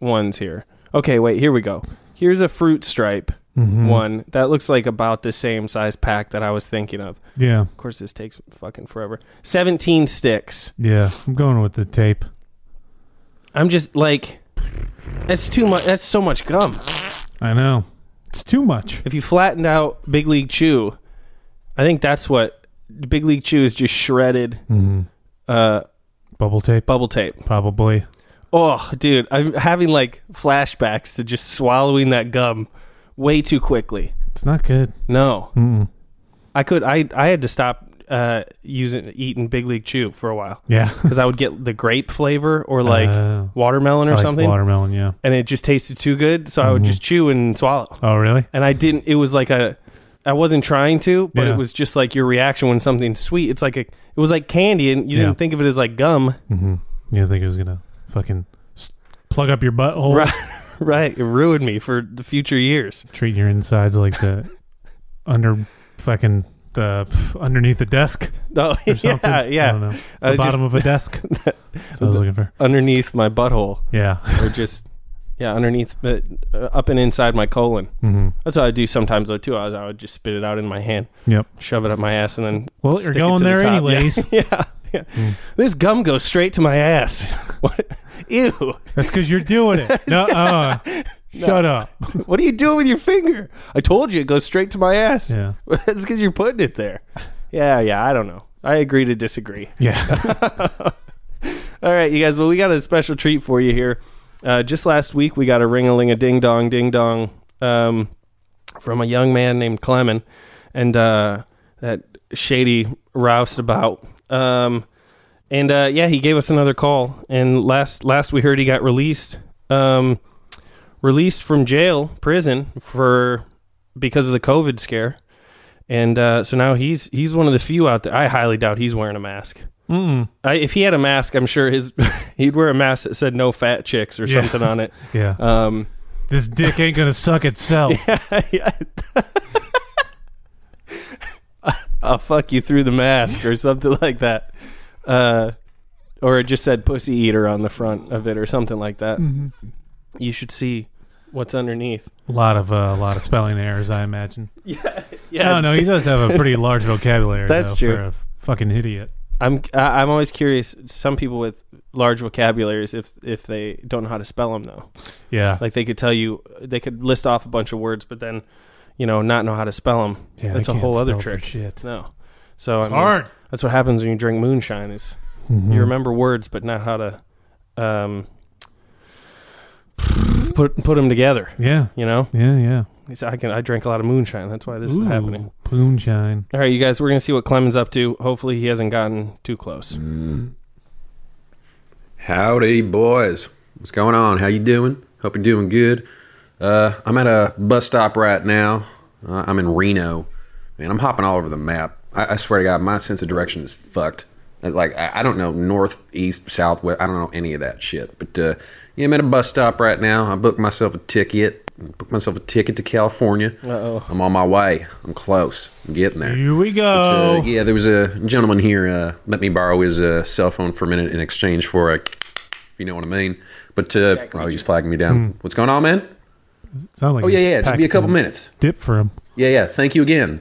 Speaker 1: ones here. Okay, wait, here we go. Here's a fruit stripe one that looks like about the same size pack that I was thinking of.
Speaker 2: Yeah,
Speaker 1: Of course, this takes fucking forever. 17 sticks.
Speaker 2: yeah. I'm going with the tape.
Speaker 1: I'm just like, that's too much. That's so much gum.
Speaker 2: I know. It's too much.
Speaker 1: If you flattened out Big League Chew, I think that's what Big League Chew is just shredded uh,
Speaker 2: Bubble tape,
Speaker 1: bubble tape.
Speaker 2: probably.
Speaker 1: Oh, dude, I'm having like flashbacks to just swallowing that gum way too quickly.
Speaker 2: It's not good.
Speaker 1: No, I could. I I had to stop uh, using eating Big League Chew for a while
Speaker 2: Yeah.
Speaker 1: because I would get the grape flavor or like
Speaker 2: Oh.
Speaker 1: watermelon or
Speaker 2: I Mm-hmm. like
Speaker 1: something,
Speaker 2: watermelon, yeah.
Speaker 1: and it just tasted too good. So I would just chew and swallow,
Speaker 2: Oh, really?
Speaker 1: and I didn't. It was like a. I wasn't trying to, but
Speaker 2: Yeah.
Speaker 1: it was just like your reaction when something's sweet. It's like a, it was like candy, and you
Speaker 2: Yeah.
Speaker 1: didn't think of it as like gum,
Speaker 2: You didn't think it was going to fucking s- plug up your butthole,
Speaker 1: right? Right. It ruined me for the future years.
Speaker 2: treating your insides like the under fucking the underneath the desk
Speaker 1: Oh,
Speaker 2: or something.
Speaker 1: yeah, yeah. Uh,
Speaker 2: I don't know. The
Speaker 1: I was
Speaker 2: bottom of a desk. That's what I was looking for.
Speaker 1: underneath my butthole,
Speaker 2: Yeah.
Speaker 1: or just yeah, underneath, but uh, up and inside my colon.
Speaker 2: Hmm.
Speaker 1: Mm-hmm. That's what I do sometimes though too. I, was, I would just spit it out in my hand,
Speaker 2: Yep.
Speaker 1: shove it up my ass, and then
Speaker 2: Well, you're
Speaker 1: stick it
Speaker 2: going
Speaker 1: to the
Speaker 2: there
Speaker 1: top.
Speaker 2: anyways. Hmm.
Speaker 1: Yeah, yeah. yeah. This gum goes straight to my ass. what? Ew!
Speaker 2: That's because you're doing it. No, uh, shut up.
Speaker 1: What are you doing with your finger? I told you it goes straight to my ass.
Speaker 2: Yeah.
Speaker 1: That's because you're putting it there. Yeah, yeah. I don't know. I agree to disagree.
Speaker 2: Yeah.
Speaker 1: All right, you guys. Well, we got a special treat for you here. Uh, just last week, we got a ring a ling a ding dong ding dong um, from a young man named Clemen and uh, that shady roustabout. Um, and uh, yeah, he gave us another call. And last last we heard, he got released um, released from jail prison for because of the COVID scare. And uh, so now he's he's one of the few out there. I highly doubt he's wearing a mask.
Speaker 2: Mm-mm.
Speaker 1: I, if he had a mask, I'm sure his he'd wear a mask that said "no fat chicks" or
Speaker 2: Yeah.
Speaker 1: something on it.
Speaker 2: Yeah.
Speaker 1: Um,
Speaker 2: this dick ain't going to suck itself.
Speaker 1: I'll fuck you through the mask or something like that, uh, or it just said "pussy eater" on the front of it or something like that.
Speaker 2: Mm-hmm.
Speaker 1: You should see what's underneath.
Speaker 2: A lot of uh, a lot of spelling errors, I imagine.
Speaker 1: Yeah,
Speaker 2: No, no, he does have a pretty large vocabulary.
Speaker 1: That's
Speaker 2: though,
Speaker 1: true.
Speaker 2: For a f- fucking idiot.
Speaker 1: I'm I- I'm always curious. Some people with large vocabularies, if if they don't know how to spell them, though,
Speaker 2: Yeah.
Speaker 1: like they could tell you they could list off a bunch of words, but then. you know, not know how to spell them.
Speaker 2: Yeah,
Speaker 1: that's
Speaker 2: I
Speaker 1: a whole
Speaker 2: can't
Speaker 1: other
Speaker 2: spell for
Speaker 1: trick.
Speaker 2: shit.
Speaker 1: No, so I mean,
Speaker 2: hard. Mm-hmm.
Speaker 1: That's what happens when you drink moonshine. Is you remember words, but not how to um, put put them together.
Speaker 2: Yeah.
Speaker 1: You know,
Speaker 2: Yeah, yeah.
Speaker 1: So I can. I drink a lot of moonshine. That's why this is happening.
Speaker 2: Moonshine.
Speaker 1: All right, you guys, we're gonna see what Clemen's up to. Hopefully, he hasn't gotten too close.
Speaker 11: Howdy, boys. What's going on? How you doing? Hope you're doing good. Uh, I'm at a bus stop right now. Uh, I'm in Reno. Man, I'm hopping all over the map. I, I swear to God, my sense of direction is fucked. Uh, Like, I, I don't know north, east, south, west. I don't know any of that shit. But uh, yeah, I'm at a bus stop right now. I booked myself a ticket. Booked myself a ticket to California.
Speaker 1: Uh-oh.
Speaker 11: I'm on my way. I'm close. I'm getting there.
Speaker 2: Here we go.
Speaker 11: But, uh, yeah, there was a gentleman here uh, let me borrow his uh, cell phone for a minute in exchange for a, if you know what I mean. But uh, oh, he's flagging me
Speaker 2: Hmm.
Speaker 11: down. What's going on, man?
Speaker 2: Sound like
Speaker 11: Oh yeah,
Speaker 2: he's
Speaker 11: yeah. Just be a
Speaker 2: packing
Speaker 11: couple minutes.
Speaker 2: Dip for him.
Speaker 11: Yeah, yeah. Thank you again,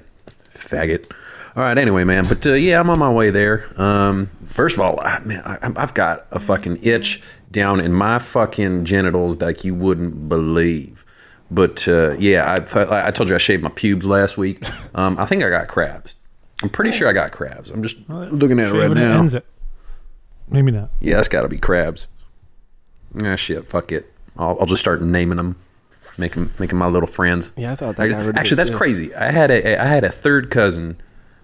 Speaker 11: faggot. All right, anyway, man. But uh, yeah, I'm on my way there. Um, first of all, I, man, I, I'm- I've got a fucking itch down in my fucking genitals like you wouldn't believe. But uh, yeah, I, I told you I shaved my pubes last week. Um, I think I got crabs. I'm pretty sure I got crabs. I'm just looking at it right
Speaker 2: Shaving
Speaker 11: now.
Speaker 2: Ends it. Maybe not.
Speaker 11: Yeah, that's got to be crabs. Ah, shit. Fuck it. I'll, I'll just start naming them, making making my little friends.
Speaker 1: Yeah, I thought that
Speaker 11: I-
Speaker 1: guy would do it,
Speaker 11: actually, that's
Speaker 1: too.
Speaker 11: crazy. I had a, a I had a third cousin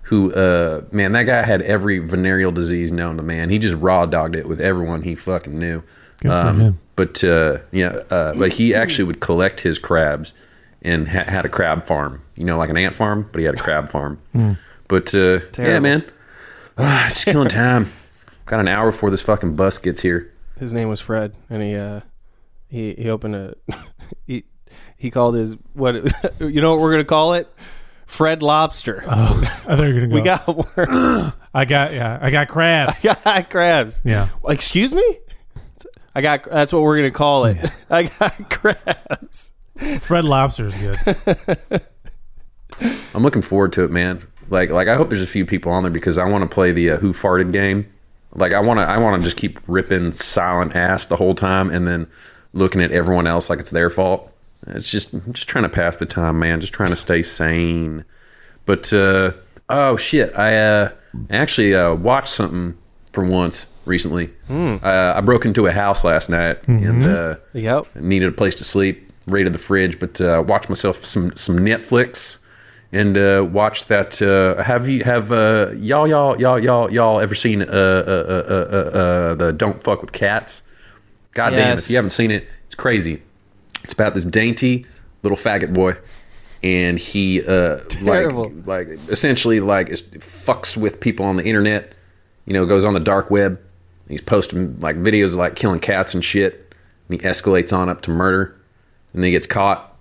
Speaker 11: who, uh, man, that guy had every venereal disease known to man. He just raw dogged it with everyone he fucking knew.
Speaker 2: Good for
Speaker 11: Um,
Speaker 2: him.
Speaker 11: But uh, yeah, uh, but he actually would collect his crabs and ha- had a crab farm. You know, like an ant farm, but he had a crab farm.
Speaker 2: Hmm.
Speaker 11: But uh, yeah,
Speaker 1: Terrible.
Speaker 11: man, Ah, it's just killing time. Got an hour before this fucking bus gets here.
Speaker 1: His name was Fred, and he uh, he he opened a he he called his what you know what we're gonna call it Fred Lobster.
Speaker 2: I thought you were gonna go.
Speaker 1: we got worms.
Speaker 2: I got. Yeah. I got crabs.
Speaker 1: got crabs.
Speaker 2: yeah.
Speaker 1: Excuse me. I got. That's what we're gonna call it. I got crabs.
Speaker 2: Fred Lobster's good.
Speaker 11: I'm looking forward to it, man. Like, like I hope there's a few people on there because I want to play the uh, Who Farted game. Like, I want to, I want to just keep ripping silent ass the whole time, and then looking at everyone else like it's their fault. It's just, I'm just trying to pass the time, man. Just trying to stay sane. But uh, oh shit, I uh, actually uh, watched something for once recently. Uh, I broke into a house last night and. Uh,
Speaker 1: Yep.
Speaker 11: needed a place to sleep, raided the fridge, but uh, watched myself some some Netflix and uh, watched that. Uh, have you have uh, y'all y'all y'all y'all y'all ever seen uh, uh, uh, uh, uh, the Don't Fuck with Cats? God damn!
Speaker 1: Yes.
Speaker 11: If you haven't seen it, it's crazy. It's about this dainty little faggot boy, and he uh, like
Speaker 1: Terrible.
Speaker 11: like essentially like is, fucks with people on the internet. You know, goes on the dark web. and he's posting like videos of like killing cats and shit. And he escalates on up to murder, and then he gets caught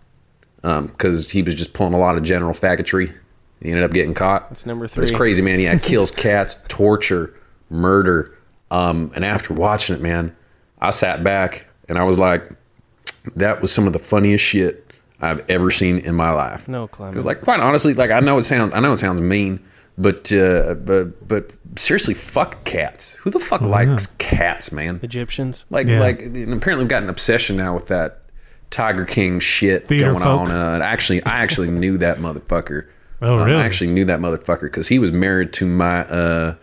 Speaker 11: because he was just pulling a lot of general faggotry. He ended up getting caught.
Speaker 1: That's number
Speaker 11: But it's
Speaker 1: three.
Speaker 11: crazy, man. Yeah, kills cats, torture, murder. Um, and after watching it, man, I sat back and I was like, that was some of the funniest shit I've ever seen in my life.
Speaker 1: No, Clem.
Speaker 11: Because, like, quite honestly, like I know it sounds, I know it sounds mean, but uh, but but seriously, fuck cats. Who the fuck likes cats, man?
Speaker 1: Egyptians.
Speaker 11: Like
Speaker 2: Yeah.
Speaker 11: like and apparently we've got an obsession now with that Tiger King shit
Speaker 2: Theater
Speaker 11: going
Speaker 2: folk.
Speaker 11: on. Uh, and actually, I actually knew that motherfucker.
Speaker 2: Oh, really?
Speaker 11: I actually knew that motherfucker because he was married to my uh,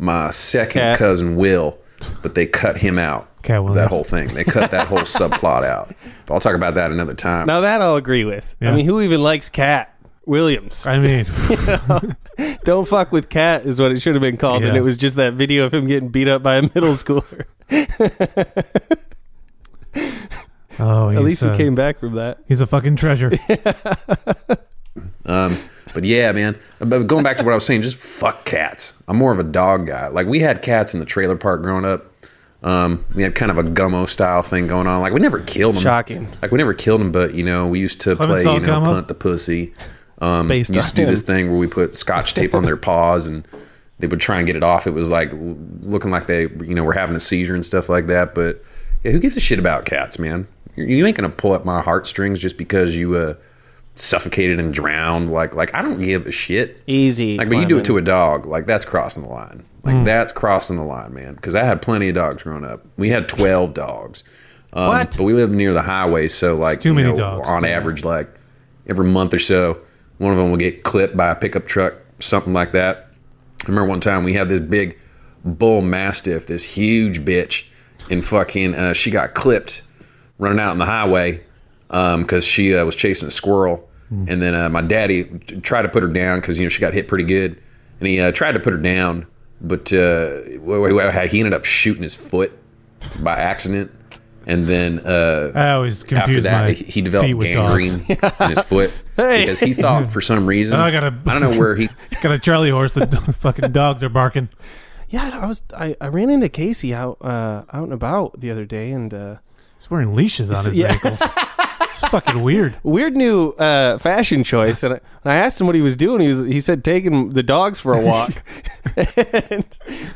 Speaker 11: my second
Speaker 1: Cat.
Speaker 11: cousin Will, but they cut him out.
Speaker 2: Cat
Speaker 11: of
Speaker 2: Williams.
Speaker 11: that whole thing. They cut that whole subplot out. But I'll talk about that another time.
Speaker 1: Now that I'll agree with. I
Speaker 2: Yeah.
Speaker 1: mean, who even likes Cat Williams?
Speaker 2: I mean,
Speaker 1: Don't fuck with Cat is what it should have been called, and
Speaker 2: Yeah.
Speaker 1: it was just that video of him getting beat up by a middle schooler.
Speaker 2: oh, he's,
Speaker 1: At least
Speaker 2: uh,
Speaker 1: he came back from that.
Speaker 2: He's a fucking treasure.
Speaker 11: But yeah, man. But going back to what I was saying, just fuck cats. I'm more of a dog guy. Like we had cats in the trailer park growing up. Um, we had kind of a gummo style thing going on. Like we never killed them.
Speaker 1: Shocking.
Speaker 11: Like we never killed them, but you know we used to
Speaker 2: Clemens
Speaker 11: play,
Speaker 2: saw
Speaker 11: you know,
Speaker 2: Gummo?
Speaker 11: punt the pussy. Um, we
Speaker 1: based
Speaker 11: used to
Speaker 1: on
Speaker 11: do this
Speaker 1: him.
Speaker 11: thing where we put scotch tape on their paws and they would try and get it off. It was like l- looking like they, you know, were having a seizure and stuff like that. But yeah, who gives a shit about cats, man? You- You ain't gonna pull at my heartstrings just because you uh, suffocated and drowned. Like, like I don't give a shit.
Speaker 1: Easy.
Speaker 11: Like, but you do it to a dog, like that's crossing the line. Like
Speaker 1: Mm.
Speaker 11: that's crossing the line, man. Because I had plenty of dogs growing up. We had twelve dogs. Um,
Speaker 1: What?
Speaker 11: But we lived near the highway, so like
Speaker 2: too
Speaker 11: you
Speaker 2: many
Speaker 11: know,
Speaker 2: dogs.
Speaker 11: on average, like every month or so, One of them will get clipped by a pickup truck, something like that. I remember one time we had this big bull mastiff, this huge bitch, and fucking uh, she got clipped running out on the highway because she uh, was chasing a squirrel.
Speaker 2: Hmm.
Speaker 11: And then uh, my daddy t- tried to put her down because you know she got hit pretty good, and he uh, tried to put her down, but uh, w- w- w- he ended up shooting his foot by accident. And then uh,
Speaker 2: I always
Speaker 11: after
Speaker 2: confuse
Speaker 11: that,
Speaker 2: my
Speaker 11: he, he developed
Speaker 2: feet with
Speaker 11: gangrene in his foot
Speaker 1: Hey.
Speaker 11: because he thought for some reason
Speaker 2: Oh, I gotta-
Speaker 11: I don't know where he
Speaker 2: Got a Charlie horse. The do- fucking dogs are barking.
Speaker 1: Yeah, I was I, I ran into Casey out uh, out and about the other day, and uh,
Speaker 2: He's wearing leashes on his
Speaker 1: Yeah.
Speaker 2: ankles. It's fucking weird.
Speaker 1: weird new uh, fashion choice. And I, and I asked him what he was doing. He was he said taking the dogs for a walk, and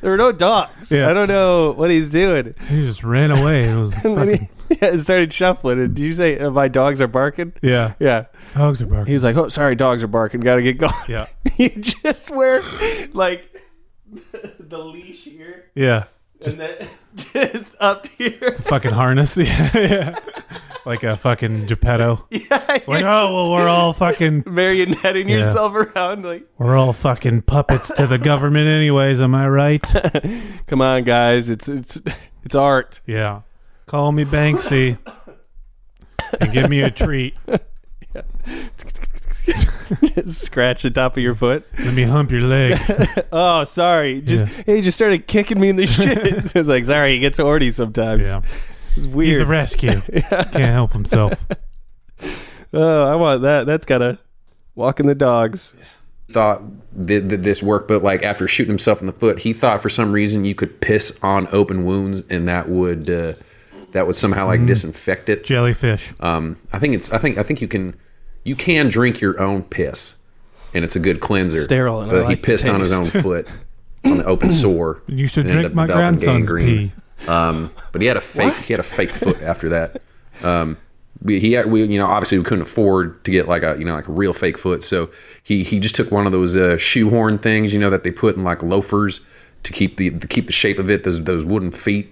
Speaker 1: there were no dogs.
Speaker 2: Yeah.
Speaker 1: I don't know what he's doing.
Speaker 2: He just ran away. It was
Speaker 1: And then
Speaker 2: fucking,
Speaker 1: he yeah, started shuffling. And did you say uh, my dogs are barking?
Speaker 2: yeah.
Speaker 1: Yeah.
Speaker 2: Dogs are barking.
Speaker 1: He was like, "Oh, sorry, dogs are barking. Got to get going."
Speaker 2: yeah.
Speaker 1: you just wear like the leash here
Speaker 2: Yeah.
Speaker 1: and then just up here.
Speaker 2: Fucking harness. Yeah. yeah. Like a fucking Geppetto.
Speaker 1: Yeah, you're
Speaker 2: Like, oh well we're all fucking
Speaker 1: marionetting
Speaker 2: Yeah.
Speaker 1: yourself around. Like,
Speaker 2: we're all fucking puppets to the government anyways, am I right?
Speaker 1: come on, guys, it's it's it's art.
Speaker 2: Yeah. Call me Banksy. And give me a treat.
Speaker 1: Scratch the top of your foot.
Speaker 2: Let me hump your leg.
Speaker 1: Oh, sorry. Just
Speaker 2: Yeah.
Speaker 1: he just started kicking me in the shit. so it's like, sorry, he gets horny sometimes.
Speaker 2: Yeah.
Speaker 1: It's
Speaker 2: He's a
Speaker 1: weird.
Speaker 2: rescue. Can't help himself.
Speaker 1: oh, I want that. That's gotta walking the dogs.
Speaker 11: thought that, that this worked, but like after shooting himself in the foot, he thought for some reason you could piss on open wounds and that would uh, that would somehow
Speaker 2: Mm-hmm.
Speaker 11: like disinfect it.
Speaker 2: Jellyfish.
Speaker 11: Um, I think it's I think I think you can you can drink your own piss, and it's a good cleanser.
Speaker 1: Sterile, and I
Speaker 11: but he
Speaker 1: like the
Speaker 11: pissed on his own
Speaker 1: taste.
Speaker 11: foot on the open sore.
Speaker 2: You should
Speaker 11: and
Speaker 2: drink
Speaker 11: ended up
Speaker 2: my
Speaker 11: developing
Speaker 2: grandson's
Speaker 11: gangrene.
Speaker 2: pee.
Speaker 11: Um, but he had a fake. He had a fake foot after that. Um, we, he had, we, you know, obviously we couldn't afford to get like a, you know, like a real fake foot. So he he just took one of those uh, shoehorn things, you know, that they put in like loafers to keep the to keep the shape of it. Those those wooden feet.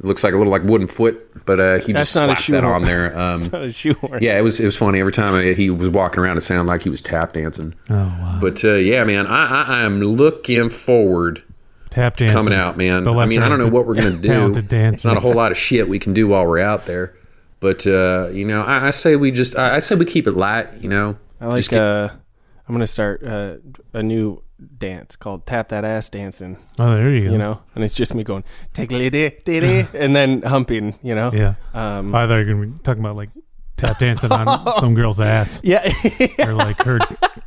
Speaker 11: It looks like a little like wooden foot, but uh, he
Speaker 1: That's
Speaker 11: just
Speaker 1: not a
Speaker 11: slapped that
Speaker 1: shoehorn.
Speaker 11: on there.
Speaker 1: It's not
Speaker 11: Um,
Speaker 1: a shoehorn.
Speaker 11: yeah, it was it was funny. Every time I, he was walking around, it sounded like he was tap dancing. Oh wow! But uh, yeah, man, I, I I am looking forward
Speaker 2: Tap dancing.
Speaker 11: coming out, man.
Speaker 2: The
Speaker 11: I mean,
Speaker 2: lesser
Speaker 11: I don't
Speaker 2: of the
Speaker 11: know what we're gonna do.
Speaker 2: Talented dancers.
Speaker 11: It's not a whole lot of shit we can do while we're out there. But uh, you know, I, I say we just I, I say we keep it light. You know,
Speaker 1: I like.
Speaker 11: Just keep-
Speaker 1: uh, I'm gonna start uh, a new dance called "Tap That Ass Dancing."
Speaker 2: Oh, there you go.
Speaker 1: You know, and it's just me going "Take lady, diddy," and then humping. You know.
Speaker 2: Yeah.
Speaker 1: Um, Oh.
Speaker 2: I thought you were going to be talking about like tap dancing on some girl's ass
Speaker 1: yeah.
Speaker 2: or like her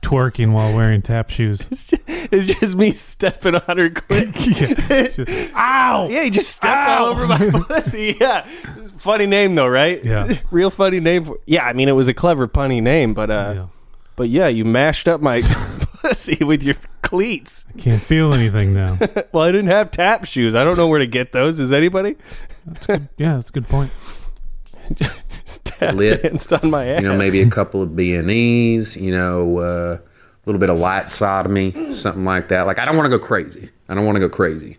Speaker 2: twerking while wearing tap shoes.
Speaker 1: it's just me stepping on her quick.
Speaker 2: yeah. Ow!
Speaker 1: Yeah, he just stepped all
Speaker 2: Ow!
Speaker 1: over my pussy. Yeah, funny name though, right?
Speaker 2: Yeah.
Speaker 1: real funny name. For, yeah, I mean it was a clever punny name, but uh,
Speaker 2: Yeah.
Speaker 1: but yeah, you mashed up my pussy with your cleats.
Speaker 2: Can't feel anything now.
Speaker 1: Well, I didn't have tap shoes. I don't know where to get those. Is anybody?
Speaker 2: Yeah, that's a good point.
Speaker 1: Tap
Speaker 11: Lit.
Speaker 1: danced on my ass.
Speaker 11: you know, maybe a couple of B and E's. You know, uh, a little bit of light sodomy, something like that. Like I don't want to go crazy. I don't want to go crazy.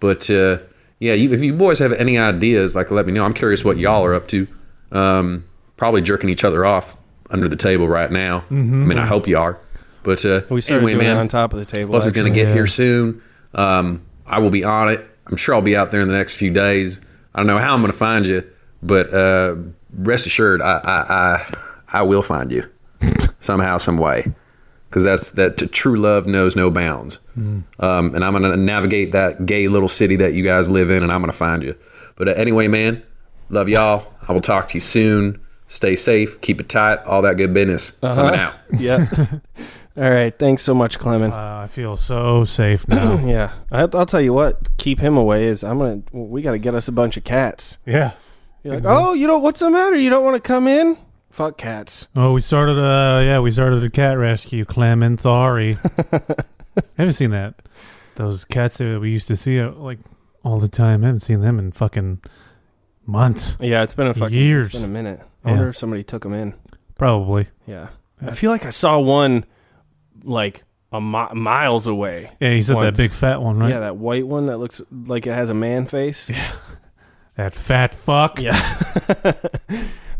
Speaker 11: But uh, yeah, you, if you boys have any ideas, like let me know. I'm curious what y'all are up to. Um, probably jerking each other off under the table right now. I mean, I hope you are. But uh,
Speaker 1: Mm-hmm. we started
Speaker 11: anyway,
Speaker 1: doing
Speaker 11: man,
Speaker 1: it on top of the table.
Speaker 11: Plus, it's going to get
Speaker 2: yeah.
Speaker 11: here soon. Um, I will be on it. I'm sure I'll be out there in the next few days. I don't know how I'm going to find you, but uh, rest assured, I, I I I will find you somehow, some way, because that's that true love knows no bounds. Um, and I'm going to navigate that gay little city that you guys live in, and I'm going to find you. But uh, anyway, man, love y'all. I will talk to you soon. Stay safe, keep it tight, all that good business. Coming out.
Speaker 1: yeah. All right. Thanks so much, Clement.
Speaker 2: Uh, I feel so safe now.
Speaker 1: yeah, I, I'll tell you what. Keep him away is I'm gonna. We got to get us a bunch of cats.
Speaker 2: yeah.
Speaker 1: You're like, oh, you know what's the matter? You don't want to come in? Fuck cats.
Speaker 2: Oh, we started. Uh, yeah, we started a cat rescue. Clement, sorry. I haven't seen that. Those cats that we used to see uh, like all the time. I haven't seen them in fucking months,
Speaker 1: Yeah, it's been a fucking
Speaker 2: Years.
Speaker 1: It's been a minute. I
Speaker 2: Yeah.
Speaker 1: wonder if somebody took him in.
Speaker 2: probably.
Speaker 1: Yeah, I feel like I saw one like a mi- miles away.
Speaker 2: Yeah, you said
Speaker 1: Once.
Speaker 2: that big fat one, right?
Speaker 1: Yeah, that white one that looks like it has a man face.
Speaker 2: that fat fuck.
Speaker 1: Yeah.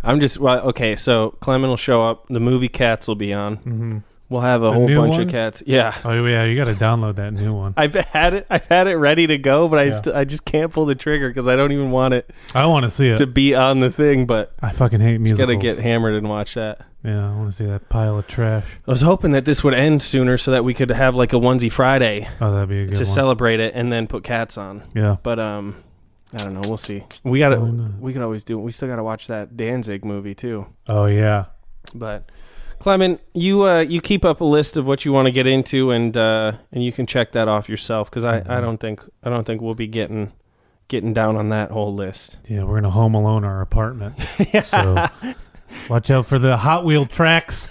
Speaker 1: I'm just well, okay. So Clement will show up. The movie Cats will be on. We'll have a
Speaker 2: The
Speaker 1: whole
Speaker 2: Mm-hmm. new
Speaker 1: bunch
Speaker 2: one?
Speaker 1: of cats. Yeah.
Speaker 2: Oh yeah, you got to download that new one.
Speaker 1: I've had it. I've had it ready to go, but I
Speaker 2: Yeah.
Speaker 1: st- I just can't pull the trigger because I don't even want it
Speaker 2: I want to see it.
Speaker 1: to be on the thing. But
Speaker 2: I fucking hate
Speaker 1: just gotta
Speaker 2: musicals.
Speaker 1: get hammered and watch that.
Speaker 2: yeah, I want to see that pile of trash.
Speaker 1: I was hoping that this would end sooner so that we could have like a onesie Friday
Speaker 2: Oh, that'd be a good
Speaker 1: to
Speaker 2: one.
Speaker 1: celebrate it and then put cats on.
Speaker 2: yeah,
Speaker 1: But um, I don't know. We'll see. We gotta.
Speaker 2: Why not?
Speaker 1: We could always do. We still gotta watch that Danzig movie too.
Speaker 2: Oh yeah.
Speaker 1: But Clement, you uh, you keep up a list of what you want to get into, and uh, and you can check that off yourself because I,
Speaker 2: Mm-hmm.
Speaker 1: I don't think I don't think we'll be getting getting down on that whole list.
Speaker 2: Yeah, we're gonna home alone our apartment. So watch out for the Hot Wheel tracks.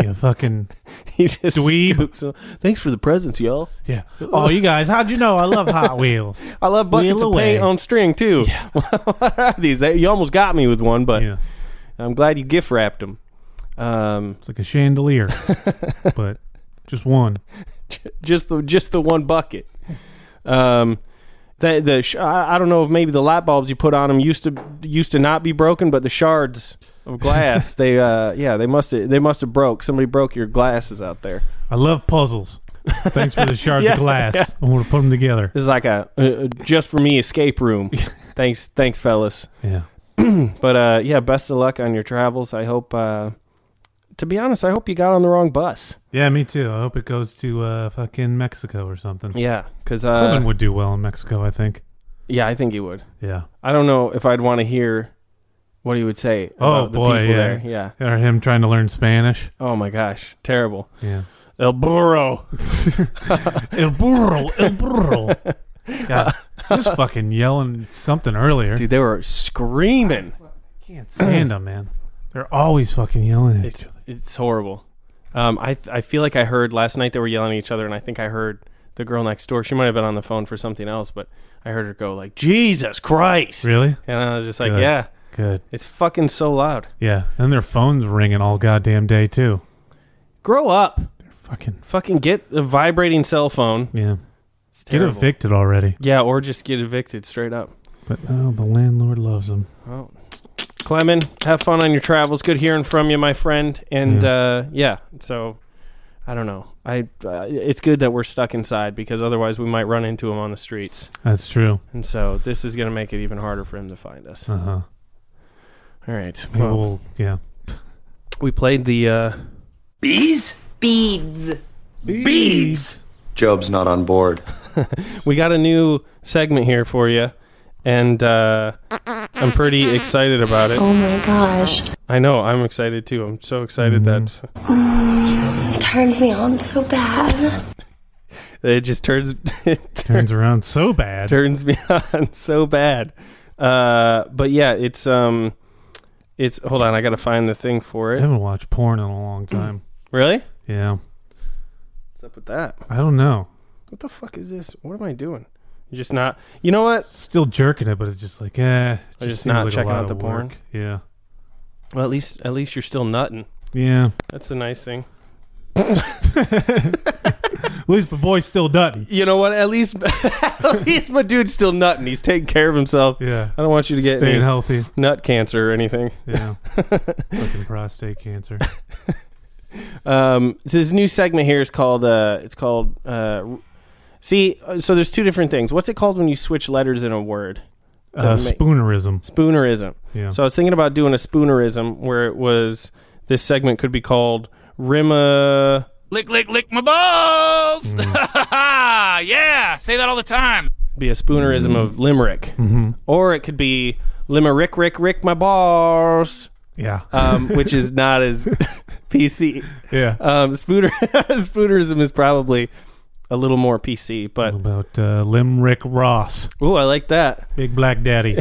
Speaker 2: you fucking
Speaker 1: He just
Speaker 2: Dweeb.
Speaker 1: scoops them. Thanks for the presents, y'all.
Speaker 2: yeah. Oh, you guys, how'd you know I love Hot Wheels?
Speaker 1: I love buckets
Speaker 2: Wheel
Speaker 1: of paint
Speaker 2: away.
Speaker 1: on string too. what are these? They- You almost got me with one, but
Speaker 2: yeah,
Speaker 1: I'm glad you gift wrapped them. Um,
Speaker 2: it's like a chandelier, but just one.
Speaker 1: just the just the one bucket. Um, the the sh- I, I don't know if maybe the light bulbs you put on them used to used to not be broken, but the shards of glass they uh yeah they must have they must have broke. Somebody broke your glasses out there.
Speaker 2: I love puzzles. Thanks for the shards
Speaker 1: Yeah,
Speaker 2: of glass.
Speaker 1: yeah.
Speaker 2: I'm gonna put them together.
Speaker 1: This is like a uh, just for me escape room. thanks thanks fellas.
Speaker 2: Yeah.
Speaker 1: But uh yeah, best of luck on your travels. I hope. uh to be honest, I hope you got on the wrong bus.
Speaker 2: Yeah, me too. I hope it goes to uh, fucking Mexico or something.
Speaker 1: Yeah, because
Speaker 2: Clement
Speaker 1: uh,
Speaker 2: would do well in Mexico, I think.
Speaker 1: yeah, I think he would.
Speaker 2: Yeah.
Speaker 1: I don't know if I'd want to hear what he would say.
Speaker 2: Oh
Speaker 1: about the
Speaker 2: boy,
Speaker 1: people
Speaker 2: yeah.
Speaker 1: there. yeah.
Speaker 2: Or him trying to learn Spanish.
Speaker 1: Oh my gosh, terrible.
Speaker 2: Yeah.
Speaker 1: El burro.
Speaker 2: El burro, el burro. God, he was fucking yelling something earlier.
Speaker 1: Dude, they were screaming.
Speaker 2: can't stand them, man. They're always fucking yelling at
Speaker 1: It's
Speaker 2: you.
Speaker 1: it's horrible. Um, I I feel like I heard last night they were yelling at each other, and I think I heard the girl next door. She might have been on the phone for something else, but I heard her go like Jesus Christ.
Speaker 2: Really?
Speaker 1: And I was just like,
Speaker 2: Good.
Speaker 1: yeah,
Speaker 2: Good.
Speaker 1: it's fucking so loud.
Speaker 2: Yeah. And their phones ringing all goddamn day, too.
Speaker 1: Grow up.
Speaker 2: Fucking.
Speaker 1: Fucking get a vibrating cell phone.
Speaker 2: Yeah.
Speaker 1: It's
Speaker 2: Get
Speaker 1: terrible.
Speaker 2: evicted already.
Speaker 1: Yeah, or just get evicted straight up.
Speaker 2: But no, the landlord loves them.
Speaker 1: Well, Clemen, have fun on your travels. Good hearing from you, my friend. And yeah, uh, yeah so I don't know. I uh, it's good that we're stuck inside because otherwise we might run into him on the streets.
Speaker 2: That's true.
Speaker 1: And so this is going to make it even harder for him to find us.
Speaker 2: Uh huh.
Speaker 1: All right.
Speaker 2: Maybe
Speaker 1: Well,
Speaker 2: we'll, yeah.
Speaker 1: we played the uh,
Speaker 4: Beads.
Speaker 8: Job's not on board.
Speaker 1: we got a new segment here for you, and uh, I'm pretty excited about it.
Speaker 4: Oh my gosh.
Speaker 1: I know I'm excited too. I'm so excited that
Speaker 4: It turns me on so bad.
Speaker 1: it just turns it turns
Speaker 2: Turns around so bad.
Speaker 1: turns me on so bad. Uh, but yeah, it's um, it's hold on, I gotta find the thing for
Speaker 2: I
Speaker 1: it.
Speaker 2: haven't watched porn in a long time.
Speaker 1: Really?
Speaker 2: Yeah.
Speaker 1: What's up with that?
Speaker 2: I don't know.
Speaker 1: What the fuck is this? What am I doing? You're just not. You know what?
Speaker 2: Still jerking it, but it's just like, eh. It
Speaker 1: just
Speaker 2: seems
Speaker 1: not
Speaker 2: like a
Speaker 1: checking
Speaker 2: lot
Speaker 1: out
Speaker 2: of
Speaker 1: the porn?
Speaker 2: work. Yeah.
Speaker 1: Well, at least at least you're still nutting.
Speaker 2: Yeah.
Speaker 1: That's the nice thing.
Speaker 2: At least my boy's still dutting.
Speaker 1: You know what? At least at least my dude's still nutting. He's taking care of himself.
Speaker 2: Yeah.
Speaker 1: I don't want Oh, you to get
Speaker 2: Staying
Speaker 1: any
Speaker 2: healthy.
Speaker 1: nut cancer or anything.
Speaker 2: Yeah. Fucking prostate cancer.
Speaker 1: Um, so this new segment here is called. Uh, it's called. Uh, r- see, uh, so there's two different things. What's it called when you switch letters in a word?
Speaker 2: Uh,
Speaker 1: Doesn't make-
Speaker 2: spoonerism.
Speaker 1: Spoonerism.
Speaker 2: Yeah.
Speaker 1: So I was thinking about doing a spoonerism where it was this segment could be called Rima.
Speaker 3: Lick, lick, lick my balls!
Speaker 2: Mm.
Speaker 3: yeah, say that all the time.
Speaker 1: Be a spoonerism of Limerick,
Speaker 2: Mm-hmm.
Speaker 1: or it could be Limerick, Rick, Rick, my balls,
Speaker 2: yeah.
Speaker 1: um, which is not as PC.
Speaker 2: yeah.
Speaker 1: Um, spooner spoonerism is probably a little more PC, but
Speaker 2: About uh, Limerick Ross,
Speaker 1: ooh, I like that.
Speaker 2: Big Black Daddy.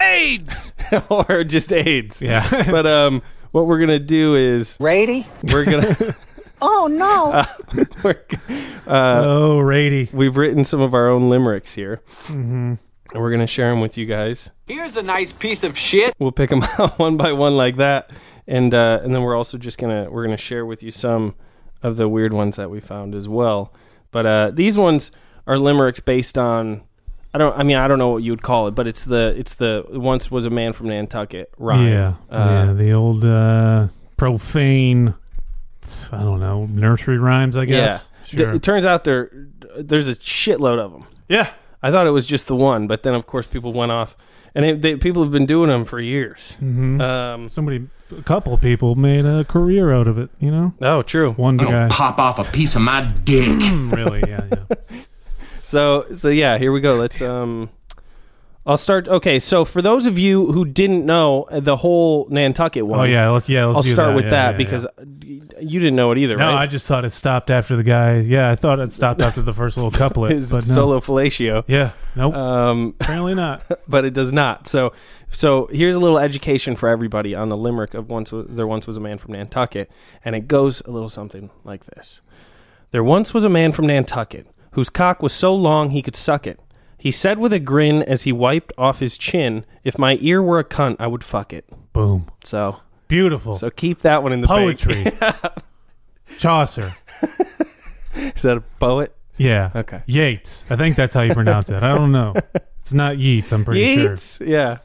Speaker 3: AIDS!
Speaker 1: or just AIDS.
Speaker 2: Yeah.
Speaker 1: But um, what we're gonna do is
Speaker 6: Brady?
Speaker 1: we're gonna
Speaker 5: Oh no.
Speaker 3: Uh,
Speaker 1: we're,
Speaker 2: oh, Rady.
Speaker 1: we've written some of our own limericks here,
Speaker 2: Mm-hmm.
Speaker 1: and we're gonna share them with you guys.
Speaker 12: Here's a nice piece of shit.
Speaker 1: We'll pick them out one by one like that, and uh, and then we're also just gonna we're gonna share with you some of the weird ones that we found as well. But uh, these ones are limericks based on I don't. I mean, I don't know what you would call it, but it's the it's the once was a man from Nantucket. Uh, Right?
Speaker 2: Yeah, yeah, the old uh, profane. I don't know nursery rhymes. I guess.
Speaker 1: D- it turns out there there's a shitload of them.
Speaker 2: Yeah.
Speaker 1: I thought it was just the one, but then of course people went off, and it, they, people have been doing them for years.
Speaker 2: Mhm.
Speaker 1: Um,
Speaker 2: Somebody, a couple of people made a career out of it. You know.
Speaker 1: Oh, true.
Speaker 2: One guy. Mm,
Speaker 12: pop off a piece of my dick.
Speaker 2: really? Yeah. yeah.
Speaker 1: So so yeah, here we go. Let's um I'll start okay, so for those of you who didn't know uh, the whole Nantucket one.
Speaker 2: Oh, yeah, let's- yeah, let's
Speaker 1: I'll
Speaker 2: do
Speaker 1: start
Speaker 2: that.
Speaker 1: with
Speaker 2: Yeah,
Speaker 1: that
Speaker 2: yeah,
Speaker 1: because y- you didn't know it either,
Speaker 2: No,
Speaker 1: right?
Speaker 2: I just thought it stopped after the guy. Yeah, I thought it stopped after the first little couplet.
Speaker 1: His
Speaker 2: but no.
Speaker 1: solo fellatio.
Speaker 2: Yeah. Nope.
Speaker 1: Um,
Speaker 2: Apparently not.
Speaker 1: but it does not. So, so here's a little education for everybody on the limerick of once was, there once was a man from Nantucket, and it goes a little something like this: There once was a man from Nantucket whose cock was so long he could suck it. He said with a grin as he wiped off his chin, "If my ear were a cunt, I would fuck it."
Speaker 2: Boom.
Speaker 1: So
Speaker 2: Beautiful.
Speaker 1: So keep that one in the bank.
Speaker 2: Poetry. Chaucer.
Speaker 1: Is that a poet?
Speaker 2: Yeah.
Speaker 1: Okay.
Speaker 2: Yates. I think that's how you pronounce it. I don't know. It's not Yeats. I'm pretty sure.
Speaker 1: Yeats? Yeah.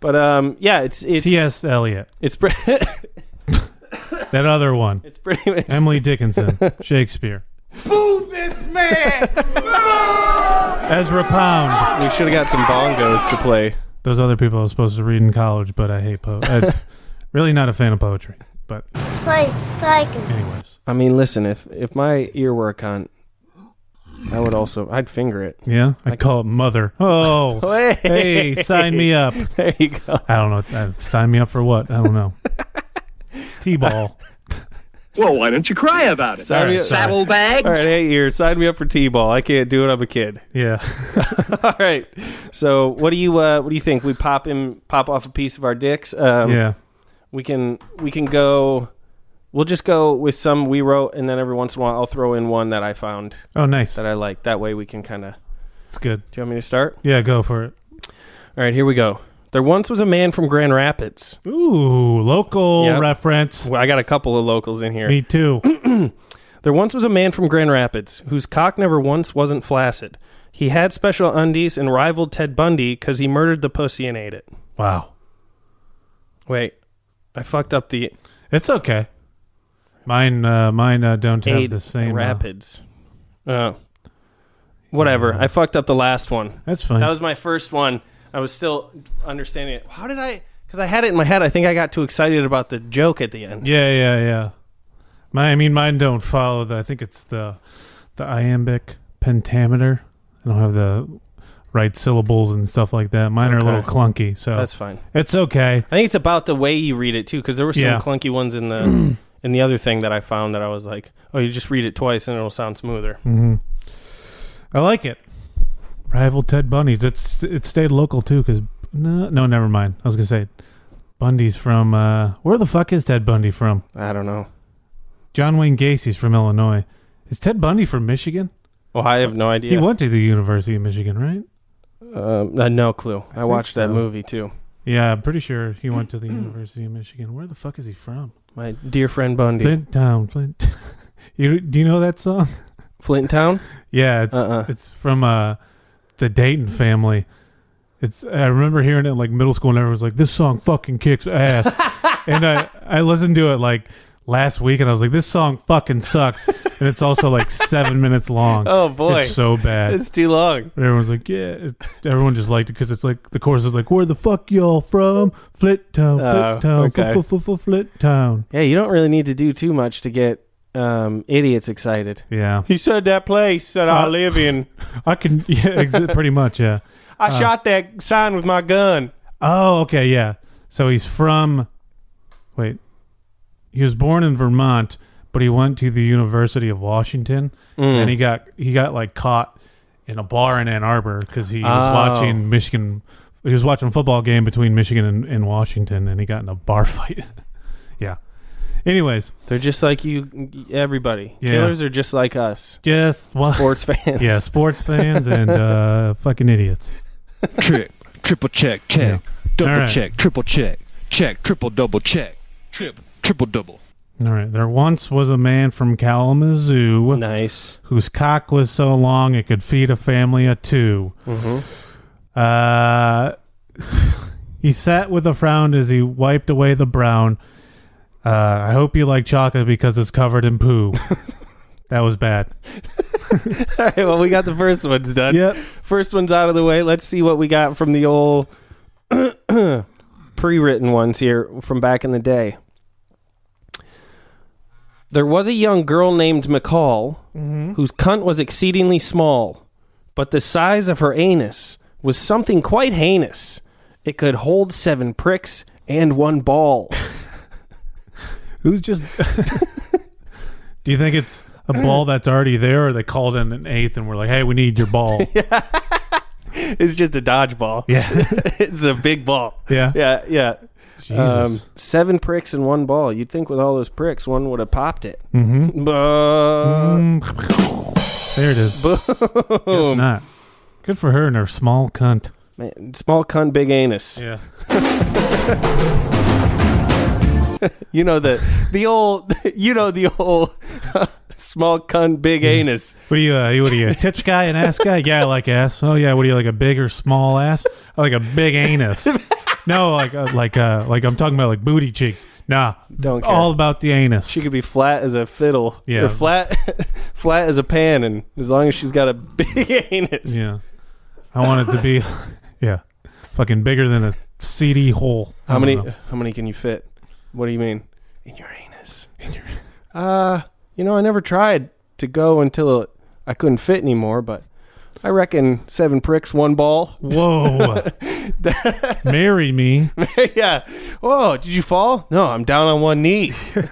Speaker 1: But um, yeah, it's it's
Speaker 2: T.S. Eliot.
Speaker 1: it's pre-
Speaker 2: That other one. It's
Speaker 1: pretty much
Speaker 2: Emily Dickinson. Shakespeare.
Speaker 10: Boo this man!
Speaker 2: Ezra Pound.
Speaker 1: We should have got some bongos to play.
Speaker 2: Those other people I was supposed to read in college, but I hate poetry. really not a fan of poetry. But anyways.
Speaker 1: I mean, listen, if if my ear were a cunt, I would also I'd finger it.
Speaker 2: Yeah, I call it mother. Oh,
Speaker 1: Hey.
Speaker 2: hey, sign me up.
Speaker 1: There you go.
Speaker 2: I don't know. uh, Sign me up for what? I don't know. T-ball.
Speaker 3: Well, why don't you cry about it?
Speaker 1: Sign me up-
Speaker 3: Saddlebags.
Speaker 1: All right, hey ear, sign me up for t-ball. I can't do it. I'm a kid.
Speaker 2: Yeah.
Speaker 1: All right. So, what do you uh, what do you think? We pop him pop off a piece of our dicks. Um,
Speaker 2: yeah.
Speaker 1: We can we can go. We'll just go with some we wrote, and then every once in a while I'll throw in one that I found
Speaker 2: Oh, nice.
Speaker 1: that I like. That way we can kind of.
Speaker 2: It's good.
Speaker 1: Do you want me to start?
Speaker 2: Yeah, go for it.
Speaker 1: All right, here we go. There once was a man from Grand Rapids.
Speaker 2: Ooh, local
Speaker 1: Yep.
Speaker 2: reference.
Speaker 1: Well, I got a couple of locals in here.
Speaker 2: Me too.
Speaker 1: There once was a man from Grand Rapids whose cock never once wasn't flaccid. He had special undies and rivaled Ted Bundy because he murdered the pussy and ate it.
Speaker 2: Wow.
Speaker 1: Wait, I fucked up the
Speaker 2: It's okay. Mine, uh, mine uh, don't have
Speaker 1: aid
Speaker 2: the same. uh,
Speaker 1: rapids. Oh, whatever. I fucked up the last one.
Speaker 2: that's fine.
Speaker 1: That was my first one. I was still understanding it. How did I? Because I had it in my head. I think I got too excited about the joke at the end.
Speaker 2: yeah, yeah, yeah. My, I mean, mine don't follow the. I think it's the, the iambic pentameter. I don't have the right syllables and stuff like that. Mine are a
Speaker 1: Okay.
Speaker 2: little clunky, so
Speaker 1: That's fine.
Speaker 2: It's okay.
Speaker 1: I think it's about the way you read it too, because there were some
Speaker 2: Yeah.
Speaker 1: clunky ones in the in the other thing that I found that I was like, oh, you just read it twice and it'll sound smoother.
Speaker 2: Mm-hmm. I like it. Rival Ted Bundy's. It's it stayed local too, because no, no, never mind. I was gonna say Bundy's from uh, where the fuck is Ted Bundy from?
Speaker 1: I don't know.
Speaker 2: John Wayne Gacy's from Illinois. Is Ted Bundy from Michigan?
Speaker 1: Well, I have no idea.
Speaker 2: He went to the University of Michigan, right?
Speaker 1: Um, uh, no clue. I,
Speaker 2: think
Speaker 1: watched that
Speaker 2: so.
Speaker 1: movie too.
Speaker 2: Yeah, I'm pretty sure he went to the University of Michigan. Where the fuck is he from?
Speaker 1: My dear friend Bundy, Flint,
Speaker 2: Flint Town, Flint. you do you know that song?
Speaker 1: Town.
Speaker 2: Yeah, it's
Speaker 1: Uh-uh.
Speaker 2: it's from uh the Dayton family. It's I remember hearing it in like middle school and everyone was like, This song fucking kicks ass and I I listened to it like last week and I was like, This song fucking sucks and it's also like seven minutes long.
Speaker 1: Oh, boy.
Speaker 2: It's so bad.
Speaker 1: It's too long.
Speaker 2: and everyone's like, yeah. It, everyone just liked it because it's like the chorus is like, where the fuck y'all from? Flit town, flit
Speaker 1: Oh,
Speaker 2: town,
Speaker 1: okay.
Speaker 2: f- f- f- flit town.
Speaker 1: Yeah, you don't really need to do too much to get um, idiots excited.
Speaker 2: Yeah,
Speaker 1: He said that place that
Speaker 2: I
Speaker 1: live in.
Speaker 2: I can. Yeah, ex- pretty much. Yeah.
Speaker 1: I
Speaker 2: uh.
Speaker 1: shot that sign with my gun.
Speaker 2: Oh, okay, yeah. So he's from. Wait, he was born in Vermont, but he went to the University of Washington,
Speaker 1: Mm.
Speaker 2: and he got he got like caught in a bar in Ann Arbor because he was
Speaker 1: Oh.
Speaker 2: watching Michigan. He was watching a football game between Michigan and, and Washington, and he got in a bar fight. yeah. Anyways,
Speaker 1: They're just like you, everybody.
Speaker 2: Yeah.
Speaker 1: Killers are just like us,
Speaker 2: just one.
Speaker 1: sports fans.
Speaker 2: Yeah, sports fans and uh, fucking idiots.
Speaker 3: Check, triple check, check, double
Speaker 2: All right.
Speaker 3: check, triple check, check, triple double check, trip, triple double.
Speaker 2: All right. There once was a man from Kalamazoo.
Speaker 1: Nice.
Speaker 2: whose cock was so long it could feed a family of 2 Uh, he sat with a frown as he wiped away the brown. Uh, I hope you like chocolate because it's covered in poo. that was bad.
Speaker 1: All right, well, we got the first one's done.
Speaker 2: Yep.
Speaker 1: First one's out of the way. Let's see what we got from the old pre written ones here from back in the day. There was a young girl named McCall
Speaker 2: Mhm.
Speaker 1: whose cunt was exceedingly small, but the size of her anus was something quite heinous. It could hold seven pricks and one ball.
Speaker 2: Who's just? Do you think it's a ball that's already there, or they called in an eighth and we're like, "Hey, we need your ball."
Speaker 1: it's just a dodgeball.
Speaker 2: Yeah.
Speaker 1: it's a big ball.
Speaker 2: Yeah. Um,
Speaker 1: Yeah. Yeah.
Speaker 2: Jesus.
Speaker 1: Um, seven pricks in one ball. You'd think with all those pricks, one would have popped it.
Speaker 2: Mm-hmm.
Speaker 1: But
Speaker 2: There it is. Guess not. Good for her and her small cunt.
Speaker 1: Man, small cunt, big anus.
Speaker 2: Yeah.
Speaker 1: you know the the old. You know the old small cunt, big anus.
Speaker 2: What are you? Uh, what are you? A tits guy, an ass guy? Yeah, I like ass. Oh yeah. What are you like? A big or small ass? I like a big anus. No, like uh, like uh, like I'm talking about like booty cheeks. Nah,
Speaker 1: Don't care.
Speaker 2: all about the anus.
Speaker 1: She could be flat as a fiddle.
Speaker 2: Yeah.
Speaker 1: Or flat, flat as a pan, and as long as she's got a big anus.
Speaker 2: Yeah, I want it to be, yeah, fucking bigger than a CD hole. I
Speaker 1: How
Speaker 2: don't
Speaker 1: many?
Speaker 2: know.
Speaker 1: How many can you fit? What do you mean? In your anus. In your. Uh, you know, I never tried to go until I couldn't fit anymore, but I reckon seven pricks, one ball.
Speaker 2: Whoa. Marry me.
Speaker 1: yeah. Whoa! Did you fall? No, I'm down on one knee. can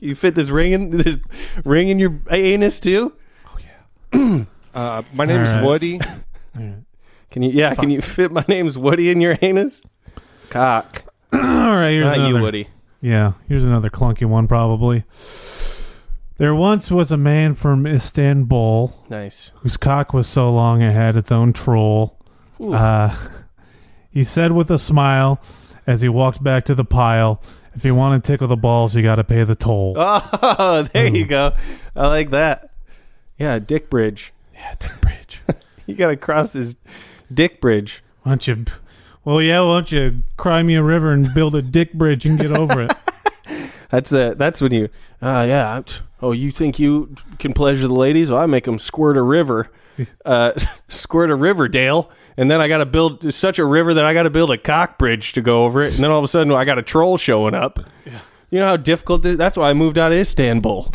Speaker 1: you fit this ring in this ring in your anus too?
Speaker 9: Uh, my name's
Speaker 1: All right.
Speaker 9: Woody.
Speaker 1: Can you? Yeah. Can you fit my name's Woody in your anus? Cock.
Speaker 2: All right, here's
Speaker 1: Not you,
Speaker 2: another-
Speaker 1: Woody.
Speaker 2: Yeah, here's another clunky one probably. There once was a man from Istanbul
Speaker 1: Nice.
Speaker 2: whose cock was so long it had its own troll.
Speaker 1: Ooh.
Speaker 2: Uh, he said with a smile as he walked back to the pile, "If you want to tickle the balls, you got to pay the toll."
Speaker 1: Oh, there you go. I like that. Yeah, dick bridge.
Speaker 2: Yeah, dick bridge.
Speaker 1: you gotta cross this dick bridge.
Speaker 2: Why don't you? Well, yeah. Why don't you cry me a river and build a dick bridge and get over it?
Speaker 1: That's a, That's when you. Ah, yeah. I'm t- Oh, you think you can pleasure the ladies? Well, I make them squirt a river, uh, squirt a river, Dale, and then I gotta build such a river that I gotta build a cock bridge to go over it, and then all of a sudden I got a troll showing up. You know how difficult this, that's why I moved out of Istanbul.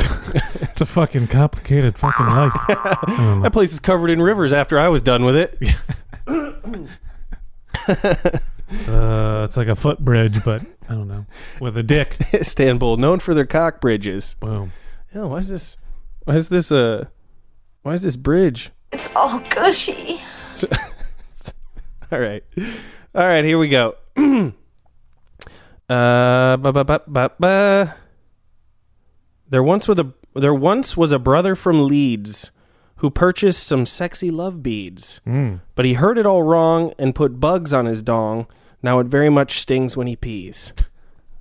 Speaker 2: It's a fucking complicated fucking life. Um,
Speaker 1: that place is covered in rivers after I was done with it.
Speaker 2: uh, it's like a footbridge, but I don't know with a dick.
Speaker 1: Istanbul, known for their cock bridges.
Speaker 2: Boom.
Speaker 1: Yeah, why is this? Why is this a? Why is this bridge?
Speaker 4: It's all gushy.
Speaker 1: So- all right, all right. Here we go. uh, ba ba ba ba ba. There once was a there once was a brother from Leeds who purchased some sexy love beads,
Speaker 2: Mm.
Speaker 1: but he heard it all wrong and put bugs on his dong. Now it very much stings when he pees.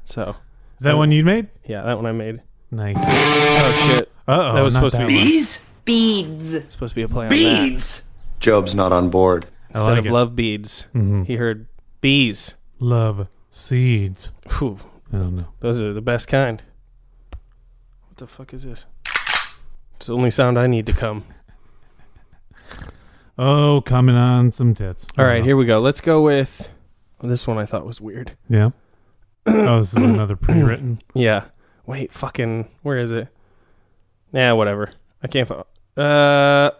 Speaker 1: So
Speaker 2: Is
Speaker 1: Oh.
Speaker 2: that one you made?
Speaker 1: yeah, that one I made.
Speaker 2: Nice.
Speaker 1: Oh shit!
Speaker 2: Uh oh.
Speaker 1: that was supposed to be
Speaker 5: Beads.
Speaker 1: supposed to be a play on that.
Speaker 12: Beads.
Speaker 13: Job's not on board.
Speaker 1: instead
Speaker 2: like
Speaker 1: of
Speaker 2: it.
Speaker 1: love beads.
Speaker 2: Mhm.
Speaker 1: He heard bees.
Speaker 2: love seeds.
Speaker 1: Whew,
Speaker 2: I don't know.
Speaker 1: those are the best kind. What the fuck is this? It's the only sound I need to come.
Speaker 2: Oh, coming on some tits.
Speaker 1: All right, here we go. Let's go with this one. I thought was weird.
Speaker 2: Yeah. oh, this is another pre-written.
Speaker 1: Yeah. Wait, fucking, where is it? Nah, whatever. I can't. Fo- uh,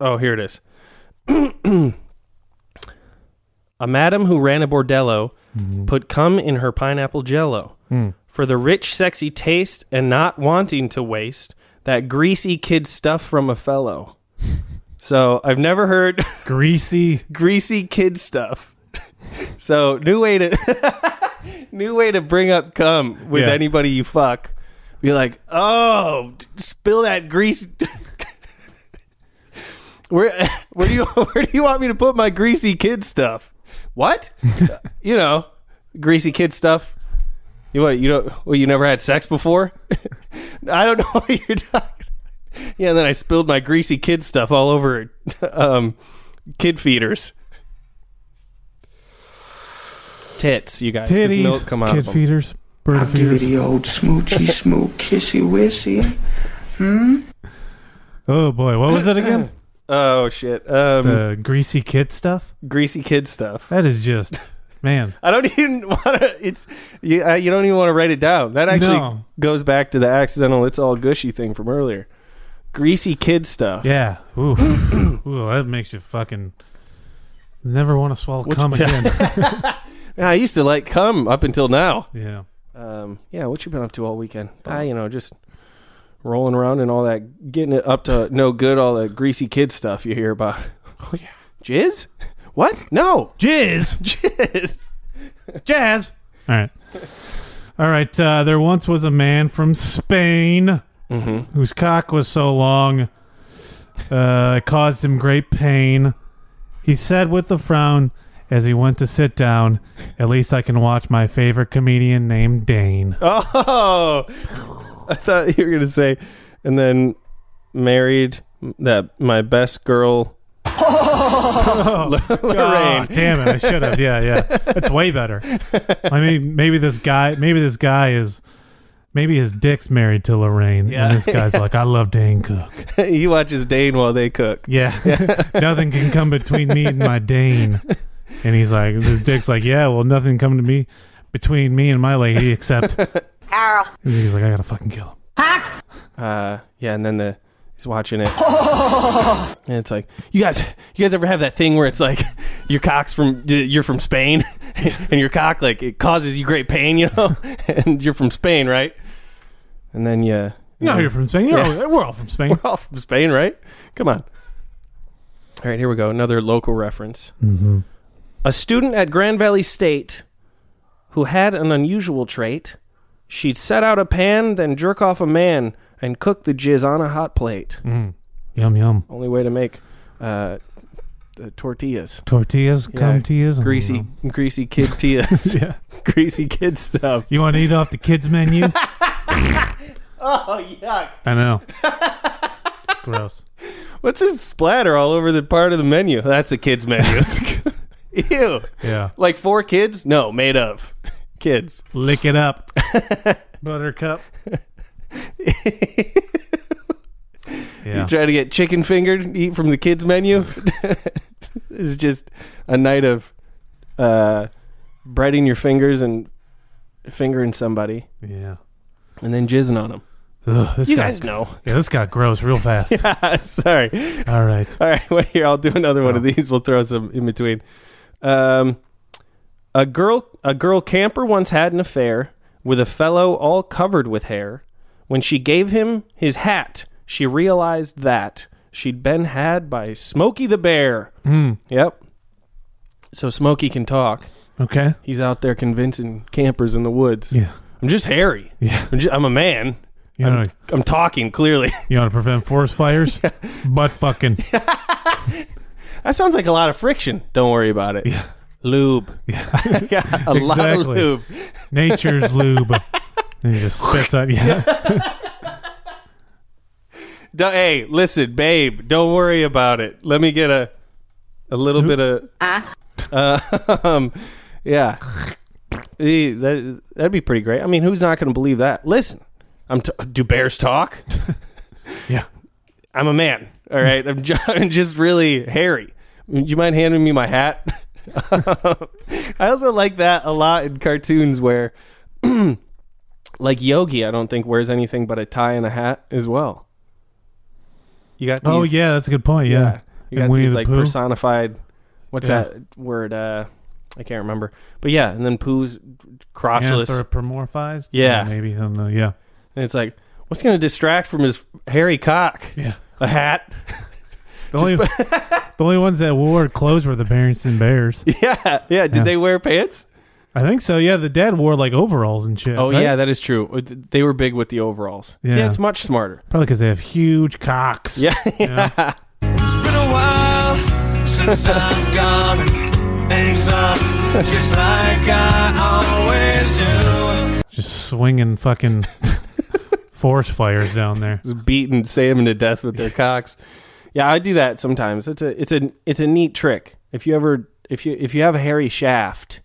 Speaker 1: oh, here it is. a madam who ran a bordello put cum in her pineapple jello
Speaker 2: Mm.
Speaker 1: for the rich, sexy taste and not wanting to waste that greasy kid stuff from a fellow. so I've never heard
Speaker 2: Greasy.
Speaker 1: greasy kid stuff. so new way to new way to bring up cum with
Speaker 2: Yeah.
Speaker 1: anybody you fuck. Be like, oh, d- spill that grease. where where do you where do you want me to put my greasy kid stuff? What? you know, greasy kid stuff. You what? You don't? Well, you never had sex before. I don't know what you're talking. Yeah, and then I spilled my greasy kid stuff all over um, kid feeders. tits, you guys. 'cause milk come out
Speaker 2: kid
Speaker 1: of 'em.
Speaker 2: feeders, bird
Speaker 1: I'll
Speaker 2: feeders.
Speaker 1: give you the old smoochy
Speaker 2: smoke,
Speaker 12: kissy wissy.
Speaker 2: Hmm. Oh boy, what was it again?
Speaker 1: oh shit. Um,
Speaker 2: the greasy kid stuff.
Speaker 1: Greasy kid stuff.
Speaker 2: That is just man.
Speaker 1: I don't even want to. It's you. Uh, you don't even want to write it down. That actually
Speaker 2: No.
Speaker 1: goes back to the accidental. It's all gushy thing from earlier. Greasy kid stuff.
Speaker 2: Yeah. Ooh. Ooh, that makes you fucking never want to swallow cum again.
Speaker 1: Yeah, I used to like cum up until now.
Speaker 2: Yeah.
Speaker 1: Um, yeah. What you been up to all weekend? I, you know, just rolling around and all that, getting it up to no good. All the greasy kid stuff you hear about. Oh yeah. Jizz? What? No.
Speaker 2: Jizz.
Speaker 1: Jizz.
Speaker 2: Jazz. All right. All right. Uh, there once was a man from Spain
Speaker 1: Mm-hmm.
Speaker 2: whose cock was so long uh, it caused him great pain. He said with a frown as he went to sit down, At least I can watch my favorite comedian named Dane.
Speaker 1: Oh, I thought you were gonna say, and then married that my best girl Lorraine.
Speaker 2: Ah, damn it! I should have. Yeah, yeah. That's way better. I mean, maybe this guy, maybe this guy is, maybe his dick's married to Lorraine,
Speaker 1: Yeah.
Speaker 2: and this guy's like, I love Dane Cook.
Speaker 1: he watches Dane while they cook.
Speaker 2: Yeah, nothing can come between me and my Dane. And he's like, this dick's like, yeah, well, nothing can come to me between me and my lady except.
Speaker 5: Ow.
Speaker 2: And he's like, I gotta fucking kill him.
Speaker 1: Uh, yeah, and then the he's watching it, and it's like, you guys, you guys ever have that thing where it's like, your cock's from, you're from Spain, and your cock like it causes you great pain, you know, and you're from Spain, right? And then yeah,
Speaker 2: No, you're from Spain. You're all, we're all from Spain.
Speaker 1: We're all from Spain, right? Come on. All right, here we go. Another local reference.
Speaker 2: Mm-hmm.
Speaker 1: A student at Grand Valley State who had an unusual trait. She'd set out a pan, then jerk off a man, and cook the jizz on a hot plate.
Speaker 2: Mm. Yum yum.
Speaker 1: Only way to make uh, uh, tortillas.
Speaker 2: Tortillas,
Speaker 1: Yeah,
Speaker 2: cum tias.
Speaker 1: Greasy, greasy kid tias.
Speaker 2: Yeah.
Speaker 1: Greasy kid stuff.
Speaker 2: You want to eat off the kids' menu?
Speaker 1: Oh, yuck.
Speaker 2: I know. Gross.
Speaker 1: What's this splatter all over the part of the menu? That's the kids' menu. Ew.
Speaker 2: Yeah.
Speaker 1: Like four kids? No, made of kids.
Speaker 2: Lick it up. Buttercup.
Speaker 1: You
Speaker 2: yeah.
Speaker 1: try to get chicken fingered, and eat from the kids' menu. it's just a night of uh, breading your fingers and fingering somebody,
Speaker 2: Yeah.
Speaker 1: and then jizzing on them.
Speaker 2: Ugh, this
Speaker 1: You
Speaker 2: got,
Speaker 1: guys know.
Speaker 2: Yeah, this got gross real fast.
Speaker 1: Sorry.
Speaker 2: All right.
Speaker 1: All right, wait here. I'll do another one of
Speaker 2: Oh.
Speaker 1: these. We'll throw some in between. Um, a girl, a girl camper once had an affair with a fellow all covered with hair. When she gave him his hat, she realized that she'd been had by Smokey the Bear.
Speaker 2: Mm.
Speaker 1: Yep. So Smokey can talk.
Speaker 2: Okay.
Speaker 1: He's out there convincing campers in the woods.
Speaker 2: Yeah.
Speaker 1: I'm just hairy.
Speaker 2: Yeah.
Speaker 1: I'm, just, I'm a man.
Speaker 2: You know,
Speaker 1: I'm talking clearly.
Speaker 2: you want to prevent forest fires? Butt fucking.
Speaker 1: That sounds like a lot of friction. Don't worry about it. Lube. Yeah, a lot of
Speaker 2: Exactly.
Speaker 1: lube.
Speaker 2: Nature's lube. And he just spits out. Yeah.
Speaker 1: D- hey, listen, babe. Don't worry about it. Let me get a a little bit of uh, um, yeah. Eh, That that'd be pretty great. I mean, who's not going to believe that? Listen, I'm t- do bears talk?
Speaker 2: Yeah.
Speaker 1: I'm a man. All right, I'm, ju- I'm just really hairy. You mind handing me my hat? I also like that a lot in cartoons where, like Yogi, I don't think wears anything but a tie and a hat as well. You got these,
Speaker 2: Oh, yeah. That's a good point. Yeah.
Speaker 1: you got
Speaker 2: And Winnie
Speaker 1: these
Speaker 2: the
Speaker 1: like
Speaker 2: Pooh.
Speaker 1: personified. What's
Speaker 2: Yeah.
Speaker 1: that word? Uh, I can't remember. But yeah, and then Pooh's crotchless,
Speaker 2: Anthropomorphized?
Speaker 1: Yeah.
Speaker 2: Maybe. I don't know. Yeah.
Speaker 1: and it's like, what's going to distract from his hairy cock?
Speaker 2: Yeah.
Speaker 1: A hat.
Speaker 2: The only, the only ones that wore clothes were the Berenson Bears.
Speaker 1: yeah, yeah. Did
Speaker 2: Yeah.
Speaker 1: they wear pants?
Speaker 2: I think so. Yeah, the dad wore like overalls and shit.
Speaker 1: Oh
Speaker 2: right?
Speaker 1: yeah, that is true. Uh, th- They were big with the overalls. Yeah,
Speaker 2: Yeah.
Speaker 1: it's much smarter.
Speaker 2: probably because they have huge cocks.
Speaker 1: Yeah,
Speaker 3: It's been a while since I'm gone. and Things up just like I always do.
Speaker 2: just swinging fucking forest fires down there.
Speaker 1: Just beating salmon to death with their cocks. Yeah, I do that sometimes. It's a it's a it's a neat trick. If you ever if you if you have a hairy shaft,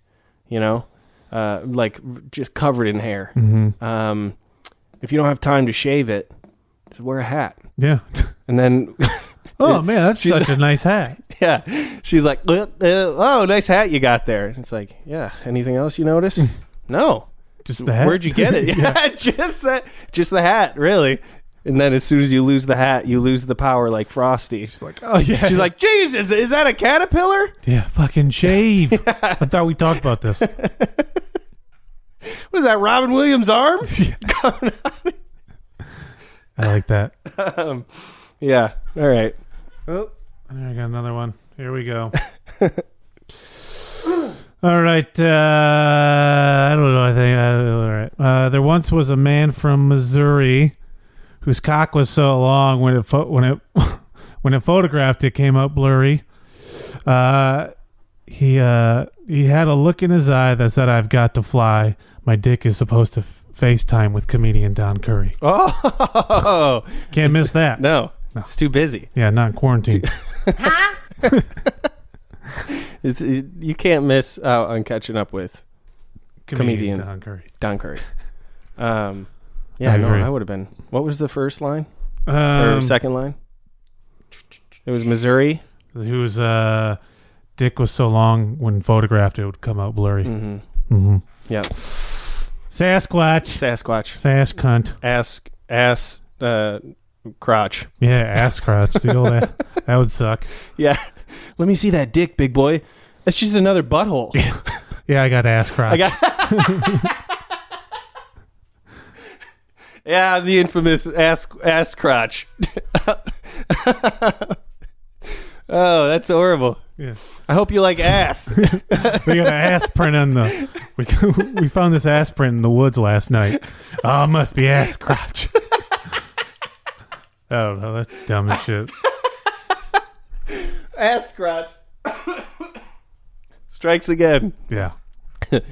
Speaker 1: you know, uh, like r- just covered in hair.
Speaker 2: Mhm.
Speaker 1: Um, if you don't have time to shave it, just wear a hat.
Speaker 2: Yeah.
Speaker 1: And then,
Speaker 2: Oh man, that's such a nice hat.
Speaker 1: yeah, she's like, "Uh, uh, "Oh, nice hat you got there." And it's like, "Yeah, anything else you notice?" no,
Speaker 2: just the hat?
Speaker 1: Where'd you get it?
Speaker 2: Yeah.
Speaker 1: Yeah, just that, just the hat, really. And then as soon as you lose the hat, you lose the power, like Frosty. She's like,
Speaker 2: "Oh yeah."
Speaker 1: She's like, "Jesus, is that a caterpillar?
Speaker 2: Yeah, fucking shave. I thought we talked about this.
Speaker 1: What is that, Robin Williams' arm?"
Speaker 2: I like that.
Speaker 1: um, yeah. All right.
Speaker 2: Oh, I got another one. Here we go. all right. Uh, I don't know. I think. Uh, all right. Uh, there once was a man from Missouri whose cock was so long when it pho- when it when it photographed it came out blurry. Uh, he uh, he had a look in his eye that said, "I've got to fly. My dick is supposed to f- FaceTime with comedian Don Curry."
Speaker 1: Oh,
Speaker 2: Can't miss that.
Speaker 1: No, it's too busy.
Speaker 2: Yeah, not in quarantine.
Speaker 1: It's, it, you can't miss out on catching up with
Speaker 2: Comedian
Speaker 1: comedian,
Speaker 2: Don Curry.
Speaker 1: Don Curry. Um, yeah,
Speaker 2: I
Speaker 1: no,
Speaker 2: agree.
Speaker 1: I would have been. What was the first line or
Speaker 2: Um,
Speaker 1: second line? It was Missouri.
Speaker 2: whose uh, dick was so long when photographed it would come out blurry.
Speaker 1: Mm-hmm.
Speaker 2: Mhm.
Speaker 1: Yeah,
Speaker 2: Sasquatch,
Speaker 1: Sasquatch,
Speaker 2: sass cunt,
Speaker 1: ass, ass, uh, crotch.
Speaker 2: yeah, ass crotch. The old a- that would suck.
Speaker 1: Yeah, let me see that dick, big boy. That's just another butthole.
Speaker 2: Yeah, I got ass crotch.
Speaker 1: I got. yeah, the infamous ass ass crotch. oh, that's horrible.
Speaker 2: Yeah.
Speaker 1: I hope you like ass.
Speaker 2: we got an ass print on the. We we found this ass print in the woods last night. Oh, it must be ass crotch. I don't know. That's dumb as shit.
Speaker 1: ass crotch. Strikes again.
Speaker 2: Yeah.
Speaker 1: That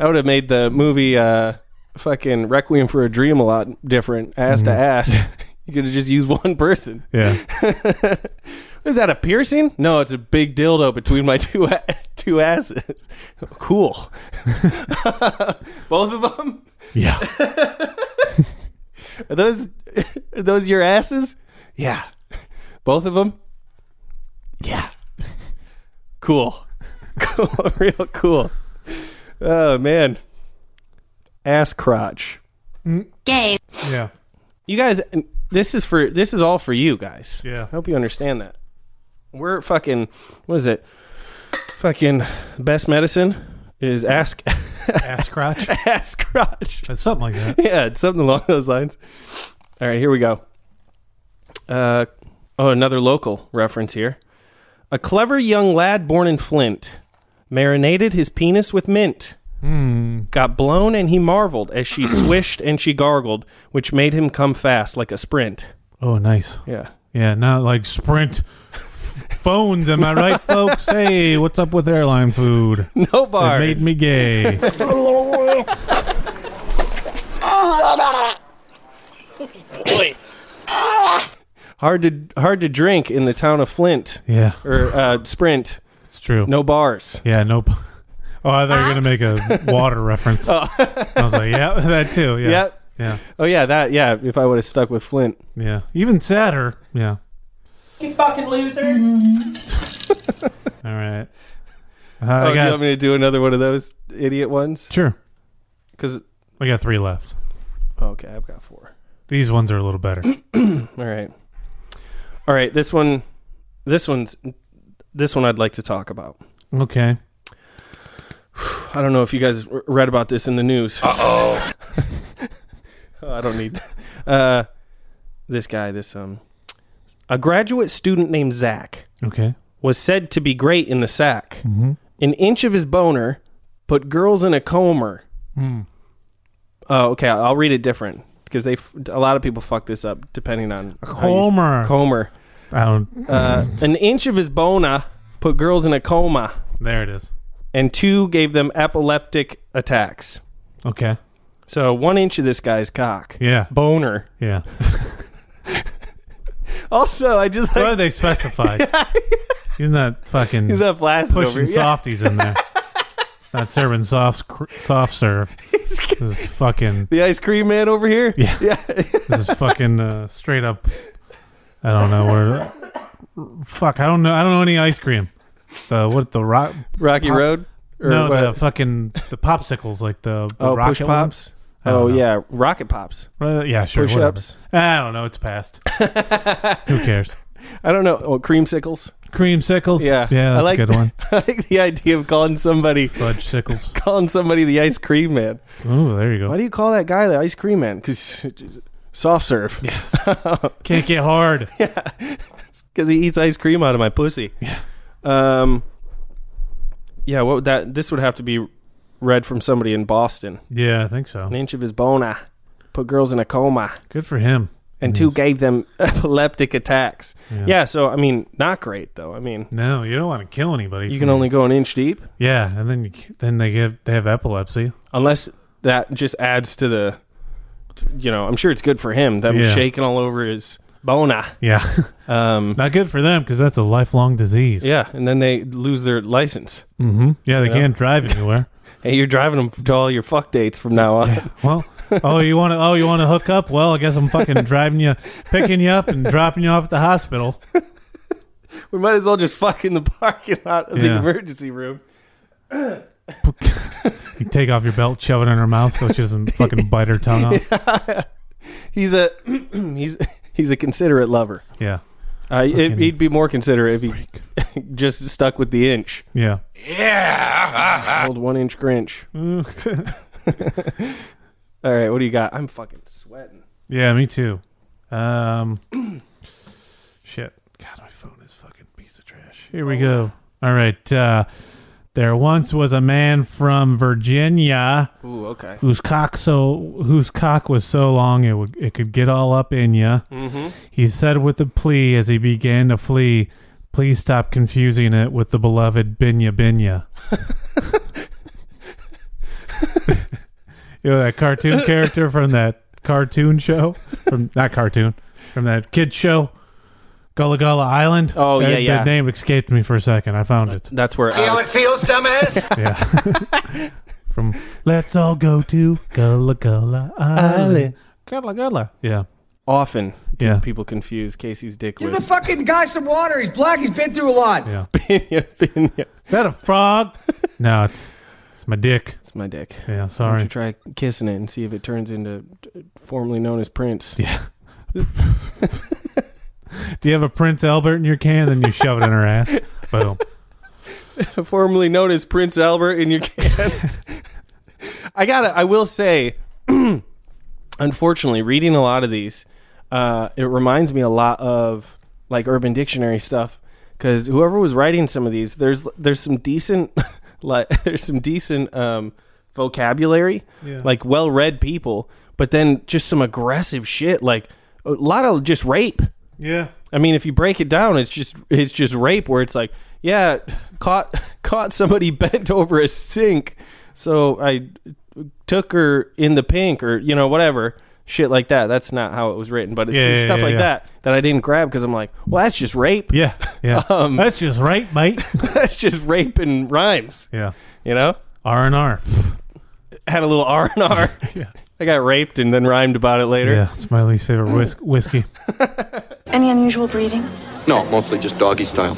Speaker 1: would have made the movie uh, fucking Requiem for a Dream a lot different, ass to ass. You could have just used one person.
Speaker 2: Yeah.
Speaker 1: Is that a piercing? No, it's a big dildo between my two a- two asses. Cool. Both of them?
Speaker 2: Yeah.
Speaker 1: Are those are those your asses? Yeah. Both of them? Yeah. Cool. Cool. Real cool. Oh man. Ass crotch.
Speaker 4: Gay.
Speaker 2: Yeah.
Speaker 1: You guys, this is for this is all for you guys.
Speaker 2: Yeah.
Speaker 1: I hope you understand that. We're fucking. What is it? Fucking best medicine is ask
Speaker 2: Ass crotch.
Speaker 1: ass crotch.
Speaker 2: That's something like that.
Speaker 1: Yeah, it's something along those lines. All right, here we go. Uh, oh, another local reference here. A clever young lad born in Flint marinated his penis with mint. Got blown, and he marveled as she swished and she gargled, which made him come fast like a sprint.
Speaker 2: Oh, nice.
Speaker 1: Yeah.
Speaker 2: Yeah, not like Sprint f- phones. Am I right, folks? Hey, what's up with airline food? It
Speaker 1: No bars.
Speaker 2: made me gay.
Speaker 1: hard to hard to drink in the town of Flint
Speaker 2: Yeah,
Speaker 1: or uh, Sprint.
Speaker 2: it's true.
Speaker 1: No bars.
Speaker 2: Yeah, nope. Oh, I thought you were gonna make a water reference. I was like, yeah, that too. Yeah.
Speaker 1: Ah. Oh. Yep.
Speaker 2: Yeah.
Speaker 1: Oh yeah, that yeah. If I would have stuck with Flint,
Speaker 2: Yeah. Even sadder. Yeah.
Speaker 3: You fucking loser.
Speaker 2: All right. Uh,
Speaker 1: oh,
Speaker 2: I
Speaker 1: you
Speaker 2: got
Speaker 1: want me to do another one of those idiot ones?
Speaker 2: sure.
Speaker 1: Because
Speaker 2: I got three left.
Speaker 1: oh, okay, I've got four.
Speaker 2: These ones are a little better.
Speaker 1: All right, all right. This one, this one's this one I'd like to talk about.
Speaker 2: Okay.
Speaker 1: I don't know if you guys r- read about this in the news. Uh oh. I don't need Uh, this guy, this um, a graduate student named Zach
Speaker 2: Okay.
Speaker 1: was said to be great in the sack.
Speaker 2: Mm-hmm.
Speaker 1: An inch of his boner put girls in a coma.
Speaker 2: Hmm.
Speaker 1: Oh, okay. I'll I'll read it different because they f- a lot of people fuck this up depending on a
Speaker 2: Comer.
Speaker 1: Comer.
Speaker 2: I don't.
Speaker 1: Uh, an inch of his boner put girls in a coma,
Speaker 2: there it is.
Speaker 1: and two gave them epileptic attacks.
Speaker 2: Okay.
Speaker 1: So one inch of this guy's cock.
Speaker 2: Yeah.
Speaker 1: Boner.
Speaker 2: Yeah.
Speaker 1: Also, I just
Speaker 2: What
Speaker 1: like
Speaker 2: they specified? He's not fucking.
Speaker 1: he's up last
Speaker 2: pushing
Speaker 1: over. here. Yeah.
Speaker 2: softies in there. It's not serving soft cr- soft serve. This is fucking
Speaker 1: the ice cream man over here.
Speaker 2: Yeah, this is fucking uh, straight up. I don't know where. Fuck, I don't know. I don't know any ice cream. The what the rock
Speaker 1: Rocky Road? Or
Speaker 2: no,
Speaker 1: what?
Speaker 2: the fucking the popsicles like the, the
Speaker 1: Oh,
Speaker 2: rocket
Speaker 1: push pops.
Speaker 2: ones. I don't
Speaker 1: Oh
Speaker 2: know.
Speaker 1: yeah, rocket pops.
Speaker 2: Uh, yeah, sure.
Speaker 1: Push
Speaker 2: whatever.
Speaker 1: ups.
Speaker 2: I don't know. It's past. Who cares?
Speaker 1: I don't know. Oh, creamsicles.
Speaker 2: Creamsicles.
Speaker 1: Yeah,
Speaker 2: yeah,
Speaker 1: I
Speaker 2: that's
Speaker 1: like
Speaker 2: a good one.
Speaker 1: I like the idea of calling somebody
Speaker 2: fudge sickles.
Speaker 1: calling somebody the ice cream man.
Speaker 2: Oh, there you go.
Speaker 1: Why do you call that guy the ice cream man? Because soft serve.
Speaker 2: Yes. Can't get hard.
Speaker 1: yeah. Because he eats ice cream out of my pussy. Yeah. Um. Yeah. What would that? This would have to be read from somebody in Boston.
Speaker 2: Yeah, I think so.
Speaker 1: An inch of his bona put girls in a coma,
Speaker 2: Good for him.
Speaker 1: and two gave them epileptic attacks. Yeah. so I mean, not great though. I mean,
Speaker 2: No, you don't want to kill anybody.
Speaker 1: you
Speaker 2: for-
Speaker 1: can only go an inch deep
Speaker 2: Yeah, and then you, then they give they have epilepsy.
Speaker 1: unless that just adds to the. You know, I'm sure it's good for him. Them
Speaker 2: Yeah.
Speaker 1: shaking all over his bona.
Speaker 2: Yeah,
Speaker 1: Um.
Speaker 2: not good for them because that's a lifelong disease.
Speaker 1: Yeah, and then they lose their license.
Speaker 2: hmm Yeah, they
Speaker 1: Yeah.
Speaker 2: can't drive anywhere.
Speaker 1: Hey, you're driving them to all your fuck dates from now on.
Speaker 2: Well, oh, you want to? Oh, you want to hook up? Well, I guess I'm fucking driving you, picking you up, and dropping you off at the hospital.
Speaker 1: We might as well just fuck in the parking lot of the
Speaker 2: Yeah.
Speaker 1: emergency room.
Speaker 2: You take off your belt, shove it in her mouth so she doesn't fucking bite her tongue off.
Speaker 1: He's a he's he's a considerate lover.
Speaker 2: Yeah,
Speaker 1: Uh, it,
Speaker 2: Fucking-
Speaker 1: he'd be more considerate if he just stuck with the inch.
Speaker 2: yeah.
Speaker 1: Old one inch Grinch. Mm. All right, what do you got? I'm fucking sweating.
Speaker 2: Yeah, me too. Um, shit. God, my phone is fucking piece of trash. Here we go. All right. Uh, there once was a man from Virginia
Speaker 1: Ooh, okay.
Speaker 2: whose cock so whose cock was so long it would it could get all up in ya. Mm-hmm. He said with a plea as he began to flee, "Please stop confusing it with the beloved Binya Binya." you know that cartoon character from that cartoon show, from not cartoon, from that kid show, Gullah Gullah Island.
Speaker 1: Oh,
Speaker 2: That-
Speaker 1: yeah, yeah.
Speaker 2: That name escaped me for a second. I found it.
Speaker 1: That's where I was,
Speaker 12: feels, dumbass?
Speaker 2: Yeah. From Let's All Go to Gullah Gullah Island. Gullah Gullah. Yeah.
Speaker 1: often do
Speaker 2: Yeah.
Speaker 1: people confuse Casey's dick
Speaker 13: Give
Speaker 1: with
Speaker 13: the fucking guy some water. He's black. He's been through a lot.
Speaker 2: Yeah.
Speaker 1: Binya Binya.
Speaker 2: Is that a frog? no, it's it's my dick.
Speaker 1: It's my dick. Why
Speaker 2: Yeah,
Speaker 1: don't you
Speaker 2: sorry.
Speaker 1: try kissing it and see if it turns into uh, formerly known as Prince?
Speaker 2: Yeah. Do you have a Prince Albert in your can? Then you shove it in her ass. Boom.
Speaker 1: formerly known as Prince Albert in your can. I gotta. I will say, unfortunately, reading a lot of these, uh, it reminds me a lot of like Urban Dictionary stuff because whoever was writing some of these, there's there's some decent like there's some decent um, vocabulary,
Speaker 2: Yeah.
Speaker 1: like well-read people, but then just some aggressive shit, like a lot of just rape.
Speaker 2: Yeah.
Speaker 1: I mean, if you break it down, it's just it's just rape where it's like, yeah, caught caught somebody bent over a sink, so I took her in the pink or you know whatever shit like that. That's not how it was written, but it's
Speaker 2: Yeah,
Speaker 1: just
Speaker 2: yeah,
Speaker 1: stuff
Speaker 2: yeah,
Speaker 1: like
Speaker 2: yeah.
Speaker 1: that that I didn't grab because I'm like, well, that's just rape.
Speaker 2: Yeah. Yeah. That's just right, mate.
Speaker 1: that's just rape and rhymes.
Speaker 2: yeah.
Speaker 1: You know,
Speaker 2: R and R.
Speaker 1: had a little R and R.
Speaker 2: Yeah.
Speaker 1: I got raped and then rhymed about it later.
Speaker 2: Yeah. It's my least favorite whisk- whiskey.
Speaker 14: Any unusual breeding?
Speaker 8: No, mostly just doggy style.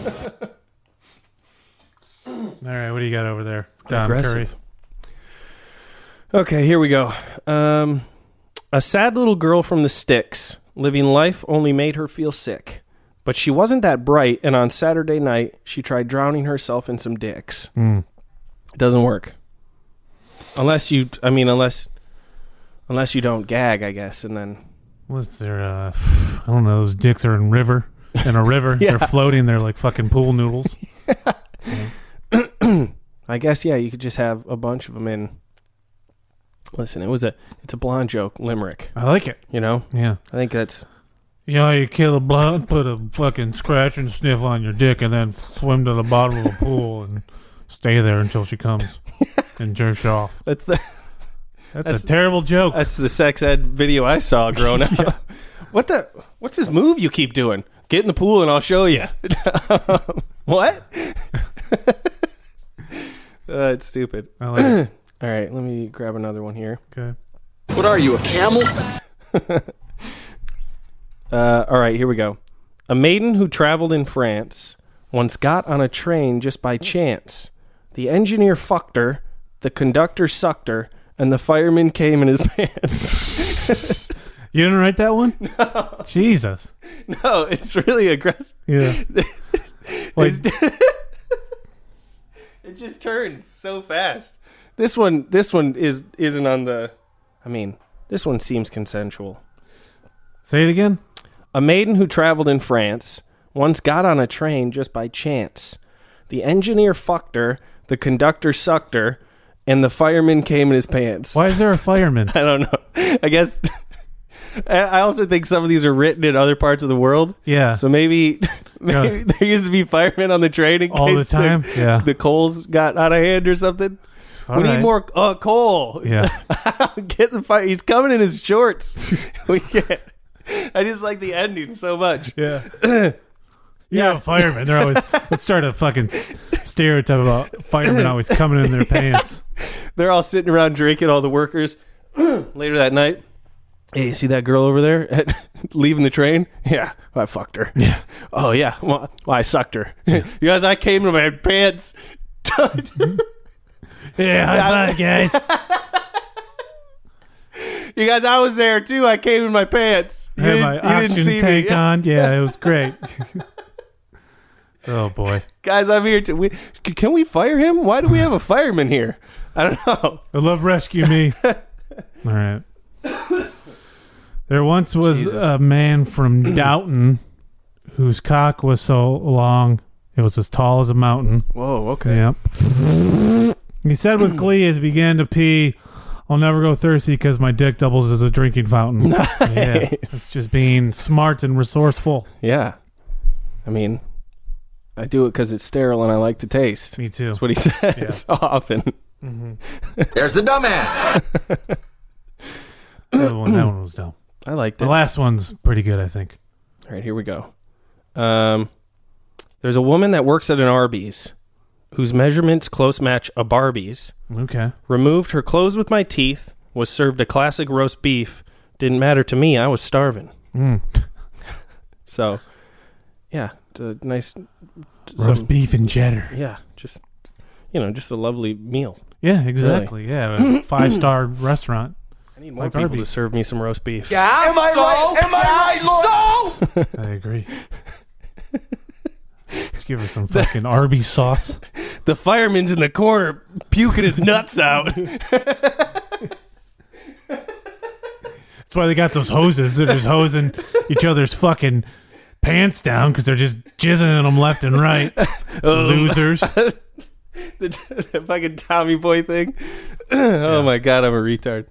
Speaker 2: All right. What do you got over there, Don Curry?
Speaker 1: Aggressive. Okay, here we go. Um, a sad little girl from the sticks, living life only made her feel sick. But she wasn't that bright, and on Saturday night, she tried drowning herself in some dicks.
Speaker 2: Mm.
Speaker 1: It doesn't work. Unless you, I mean, unless, unless you don't gag, I guess, and then
Speaker 2: What's their? Uh, I don't know. Those dicks are in river. In a river,
Speaker 1: Yeah.
Speaker 2: they're floating. They're like fucking pool noodles.
Speaker 1: I guess yeah, you could just have a bunch of them in. Listen, it was a, it's a blonde joke limerick,
Speaker 2: I like it.
Speaker 1: you know.
Speaker 2: Yeah.
Speaker 1: I think that's
Speaker 2: You know, how you kill a blunt, put a fucking scratch and sniff on your dick, and then swim to the bottom of a pool and stay there until she comes and jerks you off.
Speaker 1: that's the
Speaker 2: That's,
Speaker 1: That's-
Speaker 2: a terrible joke.
Speaker 1: That's the sex ed video I saw growing up. What the? What's this move you keep doing? Get in the pool and I'll show you. what? Uh, it's stupid.
Speaker 2: I like it.
Speaker 1: All right, let me grab another one here.
Speaker 2: Okay.
Speaker 8: What are you, a camel?
Speaker 1: Uh, all right, here we go. A maiden who traveled in France once got on a train just by chance. The engineer fucked her, the conductor sucked her, and the fireman came in his pants.
Speaker 2: you didn't write that one? No. Jesus.
Speaker 1: No, Oh, it's really aggressive.
Speaker 2: Yeah.
Speaker 1: Like- it just turns so fast. This one, this one is isn't on the. I mean, this one seems consensual.
Speaker 2: Say it again.
Speaker 1: A maiden who traveled in France once got on a train just by chance. The engineer fucked her, the conductor sucked her, and the fireman came in his pants.
Speaker 2: Why is there a fireman?
Speaker 1: I don't know. I guess. I I also think some of these are written in other parts of the world.
Speaker 2: Yeah.
Speaker 1: So maybe, maybe there used to be firemen on the train in
Speaker 2: All the
Speaker 1: case
Speaker 2: time?
Speaker 1: The,
Speaker 2: Yeah.
Speaker 1: the coals got out of hand or something.
Speaker 2: All
Speaker 1: we
Speaker 2: right.
Speaker 1: need more uh, coal.
Speaker 2: Yeah.
Speaker 1: Get the fire. He's coming in his shorts. we can't. I just like the ending so much.
Speaker 2: Yeah. Yeah, firemen. They're always let's start a fucking s- stereotype about firemen always coming in their pants.
Speaker 1: They're all sitting around drinking, all the workers. Later that night, hey, you see that girl over there leaving the train? Yeah, I fucked her. Yeah. Oh, yeah. Well, well, I sucked her. you guys, I came to my pants.
Speaker 2: Mm-hmm. Yeah, high five, guys.
Speaker 1: You guys, I was there too. I came in my pants. You
Speaker 2: Had
Speaker 1: didn't-
Speaker 2: my
Speaker 1: you didn't see
Speaker 2: oxygen
Speaker 1: me.
Speaker 2: tank on. Yeah, it was great. oh boy,
Speaker 1: Guys, I'm here too. We, c- can we fire him? Why do we have a fireman here? I don't know.
Speaker 2: I love rescue me. All right. There once was
Speaker 1: Jesus.
Speaker 2: a man from Downton whose cock was so long it was as tall as a mountain.
Speaker 1: Whoa, okay.
Speaker 2: Yep. He said with glee as he began to pee, I'll never go thirsty because my dick doubles as a drinking fountain. Yeah. It's just being smart and resourceful.
Speaker 1: Yeah. I mean, I do it because it's sterile and I like the taste.
Speaker 2: Me too.
Speaker 1: That's what he says often.
Speaker 8: There's the dumbass.
Speaker 2: That one, that one was dumb.
Speaker 1: I liked it.
Speaker 2: The last one's pretty good, I think.
Speaker 1: All right, here we go. Um, there's a woman that works at an Arby's whose measurements close match a Barbie's.
Speaker 2: Okay.
Speaker 1: Removed her clothes with my teeth, was served a classic roast beef. Didn't matter to me, I was starving.
Speaker 2: Mm.
Speaker 1: So, yeah, it's a nice.
Speaker 2: Roast
Speaker 1: some-
Speaker 2: beef and cheddar.
Speaker 1: Yeah, just, you know, just a lovely meal.
Speaker 2: Yeah, exactly. Yeah, five star restaurant.
Speaker 1: I need more
Speaker 2: Like
Speaker 1: people to
Speaker 2: Arby's.
Speaker 1: serve me some roast beef.
Speaker 3: Yeah. Am I right? Am I right, Lord? So?
Speaker 2: I agree. Let's give her some fucking Arby's sauce.
Speaker 1: The fireman's in the corner puking his nuts out.
Speaker 2: That's why they got those hoses. They're just hosing each other's fucking pants down because they're just jizzing in them left and right.
Speaker 1: Um,
Speaker 2: Losers.
Speaker 1: the, the fucking Tommy Boy thing. oh my god, I'm a retard.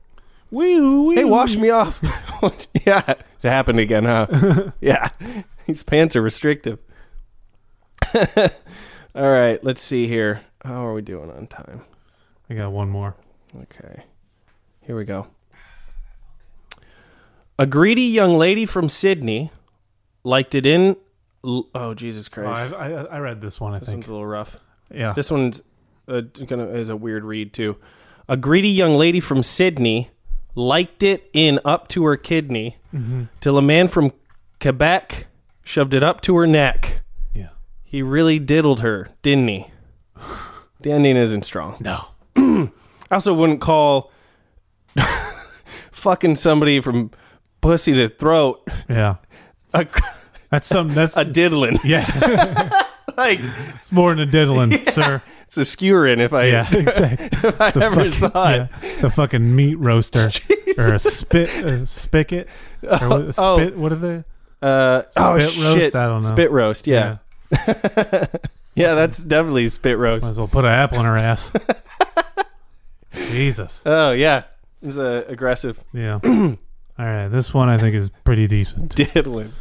Speaker 1: Hey, wash me off. yeah, it happened again, huh? yeah, these pants are restrictive. All right, let's see here. How are we doing on time?
Speaker 2: I got one more.
Speaker 1: Okay, here we go. A greedy young lady from Sydney liked it in. l- Oh Jesus Christ!
Speaker 2: I, I, I read this one, I
Speaker 1: this one's
Speaker 2: think.
Speaker 1: a little rough.
Speaker 2: Yeah.
Speaker 1: This one's uh, gonna is a weird read too. A greedy young lady from Sydney liked it in up to her kidney,
Speaker 2: Mm-hmm.
Speaker 1: till a man from Quebec shoved it up to her neck.
Speaker 2: Yeah.
Speaker 1: He really diddled her, didn't he? The ending isn't strong.
Speaker 2: No.
Speaker 1: I also wouldn't call fucking somebody from pussy to throat
Speaker 2: Yeah.
Speaker 1: a,
Speaker 2: That's some. That's
Speaker 1: a diddling.
Speaker 2: yeah.
Speaker 1: like
Speaker 2: It's more than a diddling, sir.
Speaker 1: it's a skewering if I
Speaker 2: Yeah, exactly.
Speaker 1: if I
Speaker 2: It's a
Speaker 1: ever
Speaker 2: fucking,
Speaker 1: saw it.
Speaker 2: yeah, it's a fucking meat roaster or a spit a spigot or what, a
Speaker 1: Oh.
Speaker 2: spit. What are they?
Speaker 1: Uh, oh,
Speaker 2: Spit roast?
Speaker 1: shit.
Speaker 2: I don't know.
Speaker 1: Spit roast, yeah. Yeah, that's definitely spit
Speaker 2: Might
Speaker 1: roast.
Speaker 2: as well put an apple in her ass. Jesus.
Speaker 1: Oh, yeah. It's uh, aggressive
Speaker 2: Yeah. All right. This one I think is pretty decent.
Speaker 1: diddling.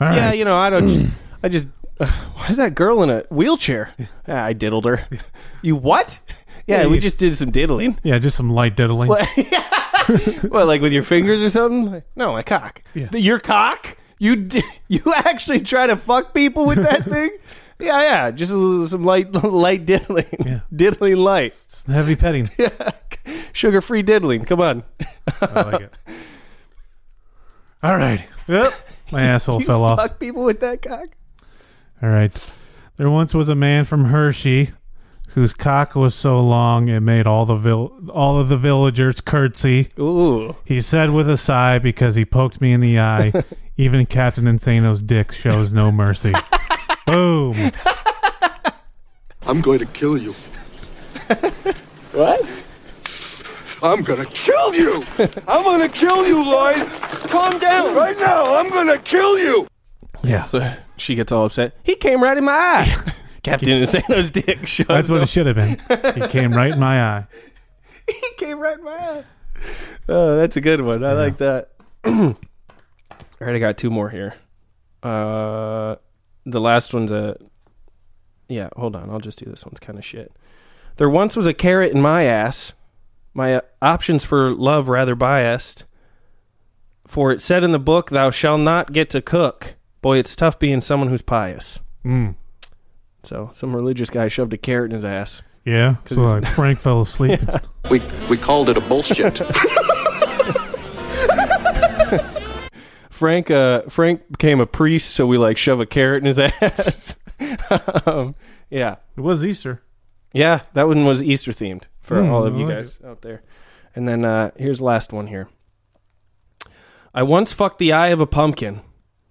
Speaker 2: All right.
Speaker 1: Yeah, you know, I don't. I just. Uh, why is that girl in a wheelchair? Ah, I diddled her. You what? Yeah,
Speaker 2: Yeah,
Speaker 1: we
Speaker 2: you-
Speaker 1: just did some diddling.
Speaker 2: Yeah, just some light diddling.
Speaker 1: what, like with your fingers or something? No, my cock.
Speaker 2: Yeah.
Speaker 1: Your cock? You di- you actually try to fuck people with that thing? Yeah, yeah, just a little- some light, light diddling, diddling light,
Speaker 2: heavy petting,
Speaker 1: yeah, sugar-free diddling. Come on, I like it.
Speaker 2: All right. Yep. My asshole fell off.
Speaker 1: Fuck people with that cock.
Speaker 2: All right. There once was a man from Hershey whose cock was so long it made all the vil- all of the villagers curtsy.
Speaker 1: Ooh.
Speaker 2: He said with a sigh because he poked me in the eye. Even Captain Insano's dick shows no mercy. Boom.
Speaker 15: I'm going to kill you. what? I'm gonna kill you! I'm gonna kill you, Lloyd! Calm down! Right now, I'm gonna kill you!
Speaker 1: Yeah. So she gets all upset. He came right in my eye. Captain Insano's dick. shows
Speaker 2: That's what
Speaker 1: no-
Speaker 2: it should have been. It came right in my eye.
Speaker 1: He came right in my eye. Oh, that's a good one. I like that. All right, I got two more here. Uh, the last one's a. Yeah, hold on. I'll just do this one's kind of shit. There once was a carrot in my ass. My uh, options for love rather biased. For it said in the book, "Thou shalt not get to cook." Boy, it's tough being someone who's pious.
Speaker 2: Mm.
Speaker 1: So, some religious guy shoved a carrot in his ass.
Speaker 2: Yeah.
Speaker 1: 'Cause
Speaker 2: So
Speaker 1: it's-
Speaker 2: like Frank fell asleep.
Speaker 8: We we called it a bullshit.
Speaker 1: Frank uh, Frank became a priest, so we like shove a carrot in his ass. um, yeah,
Speaker 2: it was Easter.
Speaker 1: Yeah, that one was Easter themed for
Speaker 2: Hmm,
Speaker 1: all of
Speaker 2: I
Speaker 1: you
Speaker 2: like
Speaker 1: guys out there. And then uh, here's the last one here. I once fucked the eye of a pumpkin.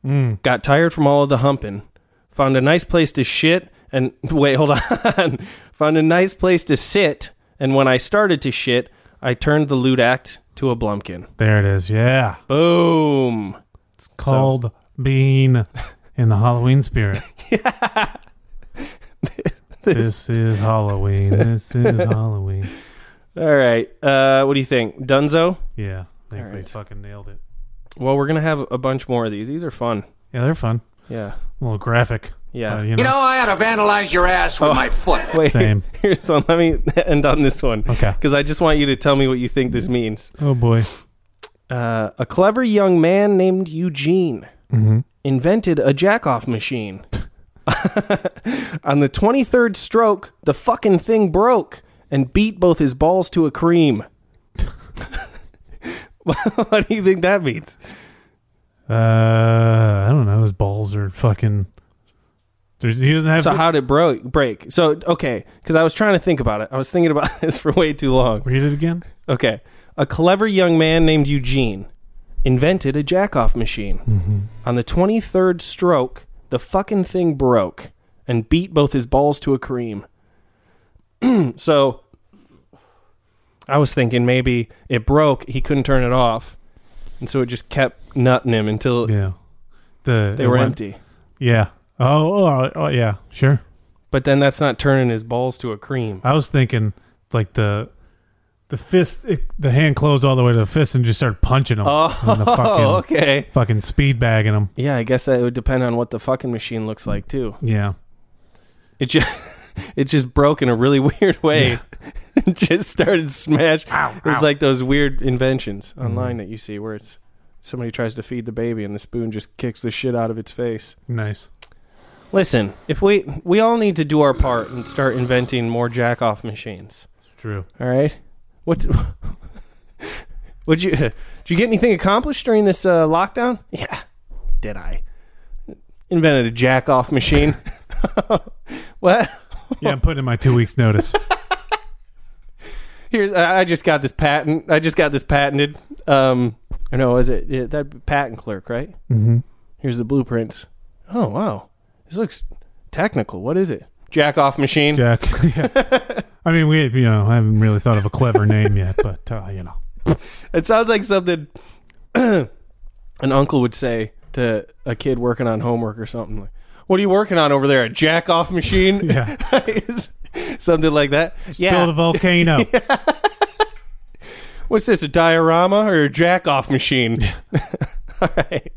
Speaker 2: Mm.
Speaker 1: Got tired from all of the humping. Found a nice place to shit and wait, hold on. Found a nice place to sit. And when I started to shit, I turned the lewd act to a blumpkin.
Speaker 2: There it is. Yeah.
Speaker 1: Boom.
Speaker 2: It's called being in the Halloween spirit. this, is Halloween. This is Halloween.
Speaker 1: All right. Uh, what do you think, Dunzo?
Speaker 2: Yeah, I think
Speaker 1: All
Speaker 2: we
Speaker 1: right.
Speaker 2: fucking nailed it.
Speaker 1: Well, we're gonna have a bunch more of these. These are fun.
Speaker 2: Yeah, they're fun.
Speaker 1: Yeah.
Speaker 2: A little graphic.
Speaker 1: Yeah.
Speaker 2: Uh,
Speaker 8: You know, I had to vandalize your ass with
Speaker 1: Oh,
Speaker 8: my foot.
Speaker 1: Wait,
Speaker 2: Same.
Speaker 1: Here's one. Let me end on this one.
Speaker 2: Okay.
Speaker 1: Because I just want you to tell me what you think this means.
Speaker 2: Oh boy.
Speaker 1: Uh, a clever young man named Eugene
Speaker 2: Mhm.
Speaker 1: invented a jackoff machine. on the 23rd stroke, the fucking thing broke and beat both his balls to a cream. what do you think that means?
Speaker 2: Uh, I don't know. His balls are fucking. There's, he doesn't have.
Speaker 1: So how did it bro- break? So okay, because I was trying to think about it. I was thinking about this for way too long.
Speaker 2: Read it again.
Speaker 1: Okay, a clever young man named Eugene invented a jackoff machine.
Speaker 2: Mm-hmm.
Speaker 1: On the twenty-third stroke, the fucking thing broke and beat both his balls to a cream. so I was thinking maybe it broke. He couldn't turn it off, and so it just kept nutting him until
Speaker 2: yeah, the
Speaker 1: they
Speaker 2: it
Speaker 1: were
Speaker 2: went-
Speaker 1: empty.
Speaker 2: Yeah. Oh, oh, oh, yeah. Sure.
Speaker 1: But then that's not turning his balls to a cream.
Speaker 2: I was thinking like the the fist, it, the hand closed all the way to the fist and just started punching him.
Speaker 1: Oh,
Speaker 2: And the fucking,
Speaker 1: okay.
Speaker 2: Fucking speed bagging him.
Speaker 1: Yeah, I guess that would depend on what the fucking machine looks like too.
Speaker 2: Yeah.
Speaker 1: It just it just broke in a really weird way. it just started smash. It's
Speaker 3: ow. Mm-hmm.
Speaker 1: like those weird inventions online that you see where it's somebody tries to feed the baby and the spoon just kicks the shit out of its face.
Speaker 2: Nice.
Speaker 1: Listen, if we we all need to do our part and start inventing more jack off machines.
Speaker 2: True.
Speaker 1: All right. What's would you did you get anything accomplished during this uh, lockdown? Yeah, did I? Invented a jack off machine. what?
Speaker 2: Yeah, I'm putting in my two weeks notice.
Speaker 1: Here's I I just got this patent. I just got this patented. Um, or no, is it yeah, that patent clerk right?
Speaker 2: Mhm.
Speaker 1: Here's the blueprints. Oh wow, this looks technical. What is it? Jack off machine.
Speaker 2: Jack. Yeah. I mean, we you know I haven't really thought of a clever name yet, but uh, you know,
Speaker 1: It sounds like something an uncle would say to a kid working on homework or something. Like, what are you working on over there? A jack off machine?
Speaker 2: Yeah.
Speaker 1: something like that.
Speaker 2: build a volcano.
Speaker 1: What's this, a diorama or a jack off machine? All right.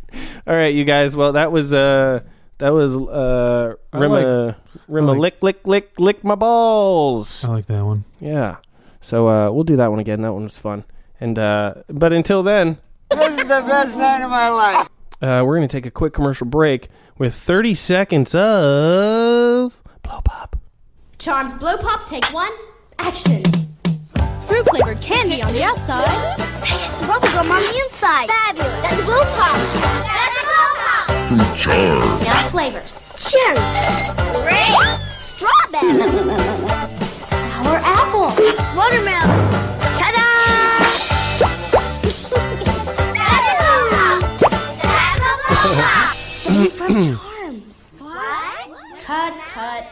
Speaker 1: All right, you guys. Well, that was uh that was uh
Speaker 2: I
Speaker 1: Rima
Speaker 2: like-
Speaker 1: Rima
Speaker 2: I like-
Speaker 1: lick lick lick lick my balls.
Speaker 2: I like that one.
Speaker 1: Yeah. So uh we'll do that one again. That one was fun. And uh but until then,
Speaker 10: This is the best night of my life.
Speaker 1: Uh, we're going to take a quick commercial break with 30 seconds of blow pop.
Speaker 16: Charms Blow Pop, take one. Action. Fruit flavored candy on the outside. Say it.
Speaker 17: Bubblegum on the inside.
Speaker 16: Fabulous. That's Blow Pop.
Speaker 17: That's a blow
Speaker 18: Fruit charm.
Speaker 16: Nut flavors.
Speaker 17: Cherry. Grape. Strawberry. Sour apple. Watermelon. Ta-da! Save from charms. What?
Speaker 16: Cut, cut.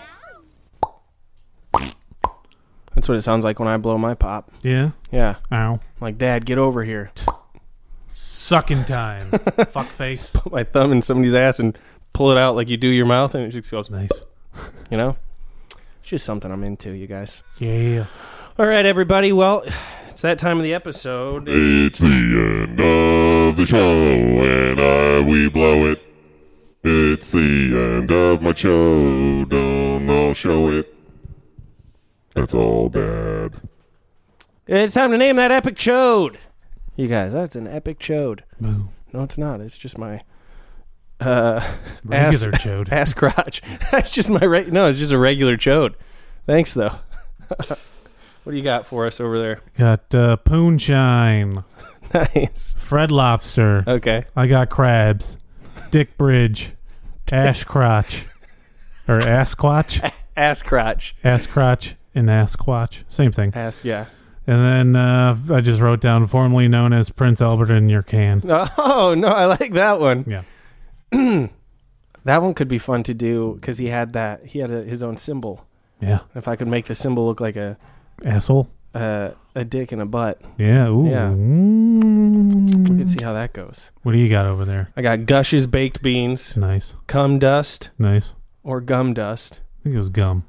Speaker 1: That's what it sounds like when I blow my pop.
Speaker 2: Yeah.
Speaker 1: Yeah.
Speaker 2: Ow.
Speaker 1: Like, Dad, get over here.
Speaker 2: Sucking time. Fuck face.
Speaker 1: Put my thumb in somebody's ass and pull it out like you do your mouth, and it just goes
Speaker 2: nice.
Speaker 1: You know? It's just something I'm into, you guys.
Speaker 2: Yeah.
Speaker 1: All right, everybody. Well, it's that time of the episode.
Speaker 18: It's the end of the show, and I we blow it. It's the end of my show. Don't all show it. That's all bad.
Speaker 1: It's time to name that epic chode. You guys, that's an epic chode.
Speaker 2: Boom.
Speaker 1: No, it's not. It's just my uh,
Speaker 2: Regular
Speaker 1: ass,
Speaker 2: chode.
Speaker 1: ass crotch. that's just my right. No, it's just a regular chode. Thanks though. what do you got for us over there?
Speaker 2: Got uh, Poonshine.
Speaker 1: nice.
Speaker 2: Fred Lobster.
Speaker 1: Okay.
Speaker 2: I got crabs. Dick Bridge. Ash Crotch. Or Asquatch.
Speaker 1: Ass crotch.
Speaker 2: Ass Crotch and Asquatch. Same thing.
Speaker 1: Ass. Yeah.
Speaker 2: And then uh, I just wrote down formerly known as Prince Albert in your can.
Speaker 1: Oh no, I like that one.
Speaker 2: Yeah.
Speaker 1: That one could be fun to do because he had that. He had a, his own symbol.
Speaker 2: Yeah.
Speaker 1: If I could make the symbol look like a
Speaker 2: Asshole.
Speaker 1: a, a dick and a butt,
Speaker 2: Yeah. Ooh.
Speaker 1: Yeah. we
Speaker 2: Mm.
Speaker 1: could see how that goes.
Speaker 2: What do you got over there?
Speaker 1: I got gushes, baked beans,
Speaker 2: Nice.
Speaker 1: cum dust,
Speaker 2: Nice.
Speaker 1: or gum dust.
Speaker 2: I think it was gum.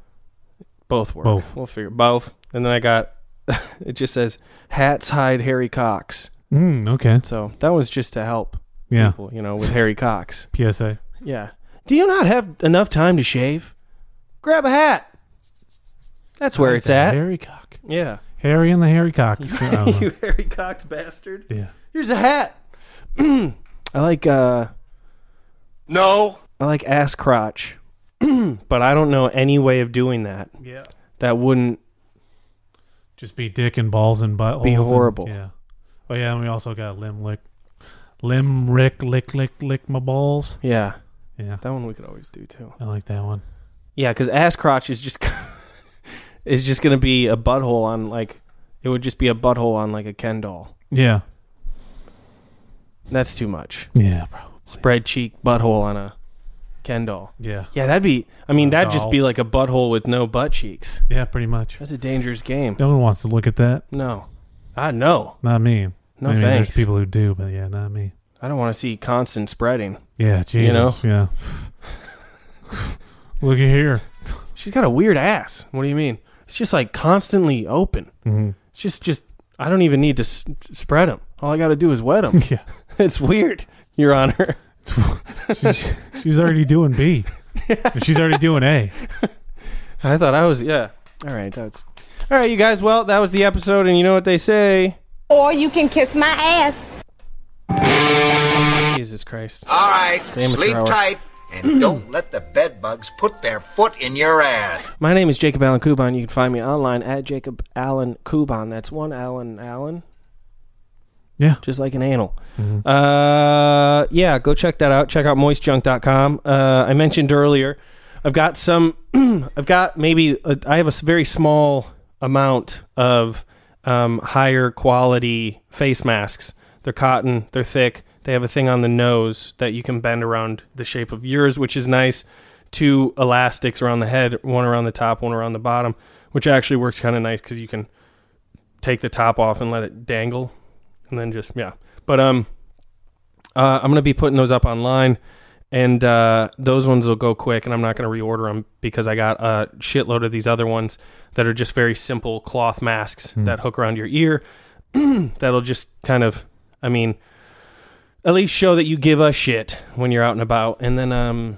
Speaker 1: Both work.
Speaker 2: Both.
Speaker 1: We'll figure both. And then I got. it just says hats hide Harry Cox.
Speaker 2: Mm, okay.
Speaker 1: So that was just to help
Speaker 2: Yeah.
Speaker 1: people, you know, with Harry Cox.
Speaker 2: PSA.
Speaker 1: Yeah. Do you not have enough time to shave? Grab a hat. That's where it's at.
Speaker 2: Harry cock.
Speaker 1: Yeah.
Speaker 2: Harry and the Harry Cox. I don't know.
Speaker 1: you Harry Cox bastard.
Speaker 2: yeah.
Speaker 1: Here's a hat. I like uh
Speaker 9: No.
Speaker 1: I like ass crotch. but I don't know any way of doing that.
Speaker 2: Yeah.
Speaker 1: That wouldn't
Speaker 2: Just be dick and balls and buttholes.
Speaker 1: Be
Speaker 2: and-
Speaker 1: horrible.
Speaker 2: yeah. Oh yeah, and we also got limb lick, limb rick lick lick lick my balls.
Speaker 1: yeah.
Speaker 2: Yeah,
Speaker 1: That one we could always do too.
Speaker 2: I like that one.
Speaker 1: Yeah, cuz ass crotch is just is just going to be a butthole on like it would just be a butthole on like a Ken doll.
Speaker 2: Yeah,
Speaker 1: That's too much.
Speaker 2: yeah, bro.
Speaker 1: Spread cheek butthole on a Ken doll.
Speaker 2: Yeah,
Speaker 1: Yeah, that'd be. I mean,
Speaker 2: Or a
Speaker 1: that'd just
Speaker 2: doll.
Speaker 1: be like a butthole with no butt cheeks.
Speaker 2: yeah, pretty much.
Speaker 1: That's a dangerous game.
Speaker 2: No one wants to look at that.
Speaker 1: No, I know.
Speaker 2: Not me.
Speaker 1: No
Speaker 2: I mean,
Speaker 1: thanks.
Speaker 2: There's people who do, but yeah, not me.
Speaker 1: I don't want to see constant spreading.
Speaker 2: Yeah,
Speaker 1: You know?
Speaker 2: Jesus. Yeah. look at here.
Speaker 1: She's got a weird ass. What do you mean? It's just like constantly open.
Speaker 2: Mhm.
Speaker 1: It's just, just. I don't even need to s- spread them. All I got to do is wet them.
Speaker 2: Yeah,
Speaker 1: it's weird, Your Honor.
Speaker 2: she's, she's already doing B. She's already doing A.
Speaker 1: I thought I was. Yeah. All right. That's. All right, you guys. Well, that was the episode, and you know what they say.
Speaker 5: Or you can kiss my ass.
Speaker 1: Jesus Christ.
Speaker 8: All right,
Speaker 1: amateur
Speaker 8: sleep
Speaker 1: hour.
Speaker 8: tight and don't let the bed bugs put their foot in your ass.
Speaker 1: My name is Jacob Allen Kuban. You can find me online at Jacob Allen Kuban. That's one Allen Allen.
Speaker 2: Yeah.
Speaker 1: just like an anal. Uh, yeah, go check that out. Check out moistjunk.com. Uh, I mentioned earlier, I've got some, I've got maybe, a, I have a s- very small amount of um, higher quality face masks. They're cotton, they're thick, they have a thing on the nose that you can bend around the shape of yours, which is nice. Two elastics around the head, one around the top, one around the bottom, which actually works kind of nice because you can take the top off and let it dangle and then just yeah but um uh, i'm gonna be putting those up online and uh, those ones will go quick and i'm not gonna reorder them because i got a shitload of these other ones that are just very simple cloth masks that hook around your ear that'll just kind of i mean at least show that you give a shit when you're out and about and then um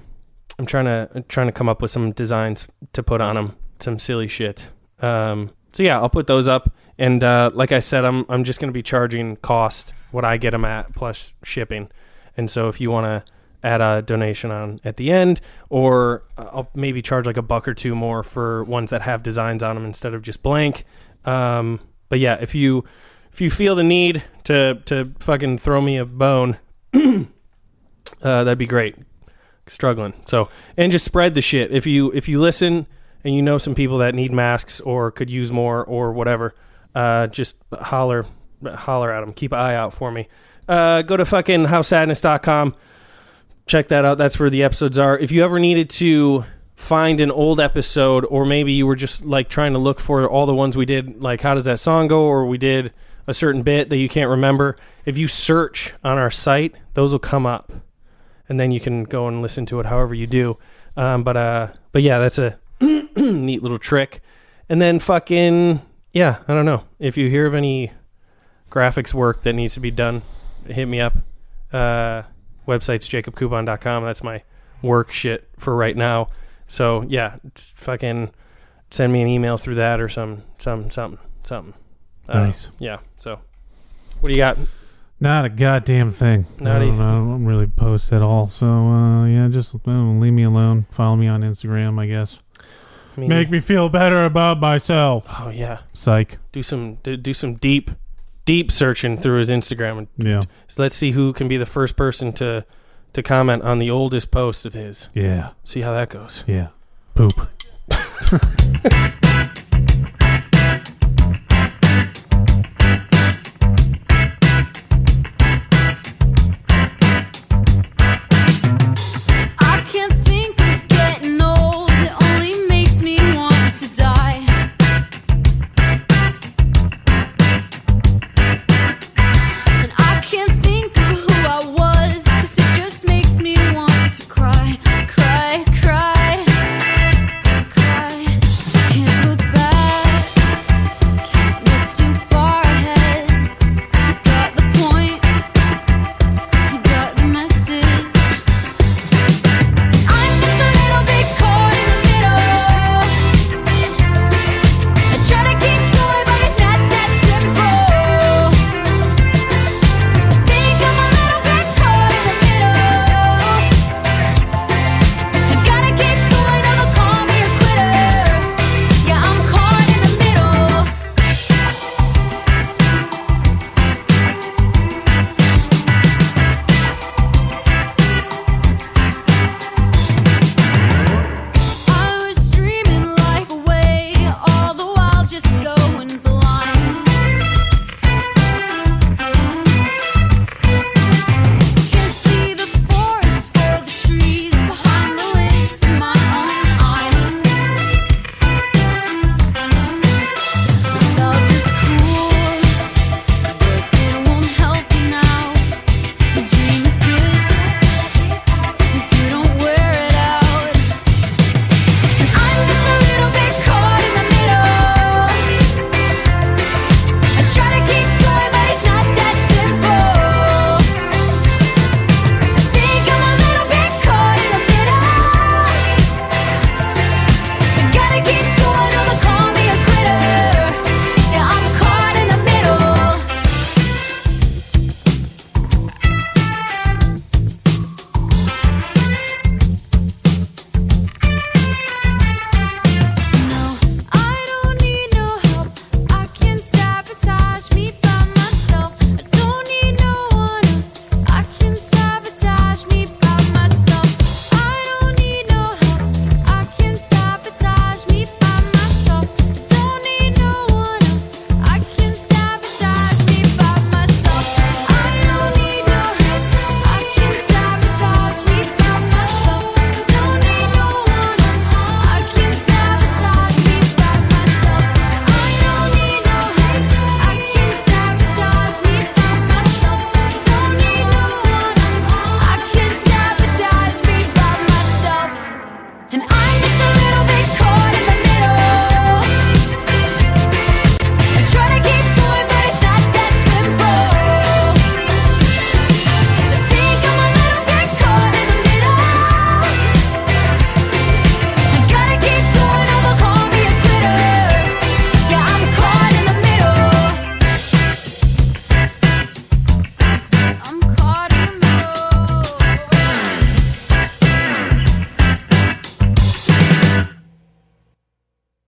Speaker 1: i'm trying to trying to come up with some designs to put on them some silly shit um so yeah i'll put those up and uh like i said i'm i'm just going to be charging cost what i get them at plus shipping And so if you want to add a donation on at the end, or I'll maybe charge like a buck or two more for ones that have designs on them instead of just blank. Um, but yeah, if you if you feel the need to to fucking throw me a bone, uh, that'd be great. Struggling, so and just spread the shit. If you if you listen and you know some people that need masks or could use more or whatever, uh, just holler holler at them. Keep an eye out for me. Uh, go to fucking howsadness.com check that out. That's where the episodes are. If you ever needed to find an old episode, or maybe you were just like trying to look for all the ones we did, like how does that song go, or we did a certain bit that you can't remember, if you search on our site, those will come up, and then you can go and listen to it however you do. Um, but uh, but yeah, that's a neat little trick. And then fucking yeah, I don't know if you hear of any graphics work that needs to be done, hit me up. Uh, website's jacobcoupon.com. That's my work shit for right now. So yeah, fucking send me an email through that or some some something something. Uh,
Speaker 2: Nice.
Speaker 1: Yeah. So what do you got?
Speaker 2: Not a goddamn thing.
Speaker 1: Not
Speaker 2: I, don't,
Speaker 1: even-
Speaker 2: I don't really post at all. So uh, yeah, just uh, leave me alone. Follow me on Instagram, I guess.
Speaker 1: Me-
Speaker 2: Make me feel better about myself.
Speaker 1: Oh yeah.
Speaker 2: Psych.
Speaker 1: Do some do, do some deep deep searching through his Instagram and
Speaker 2: Yeah.
Speaker 1: so let's see who can be the first person to to comment on the oldest post of his.
Speaker 2: Yeah.
Speaker 1: See how that goes.
Speaker 2: Yeah. Poop.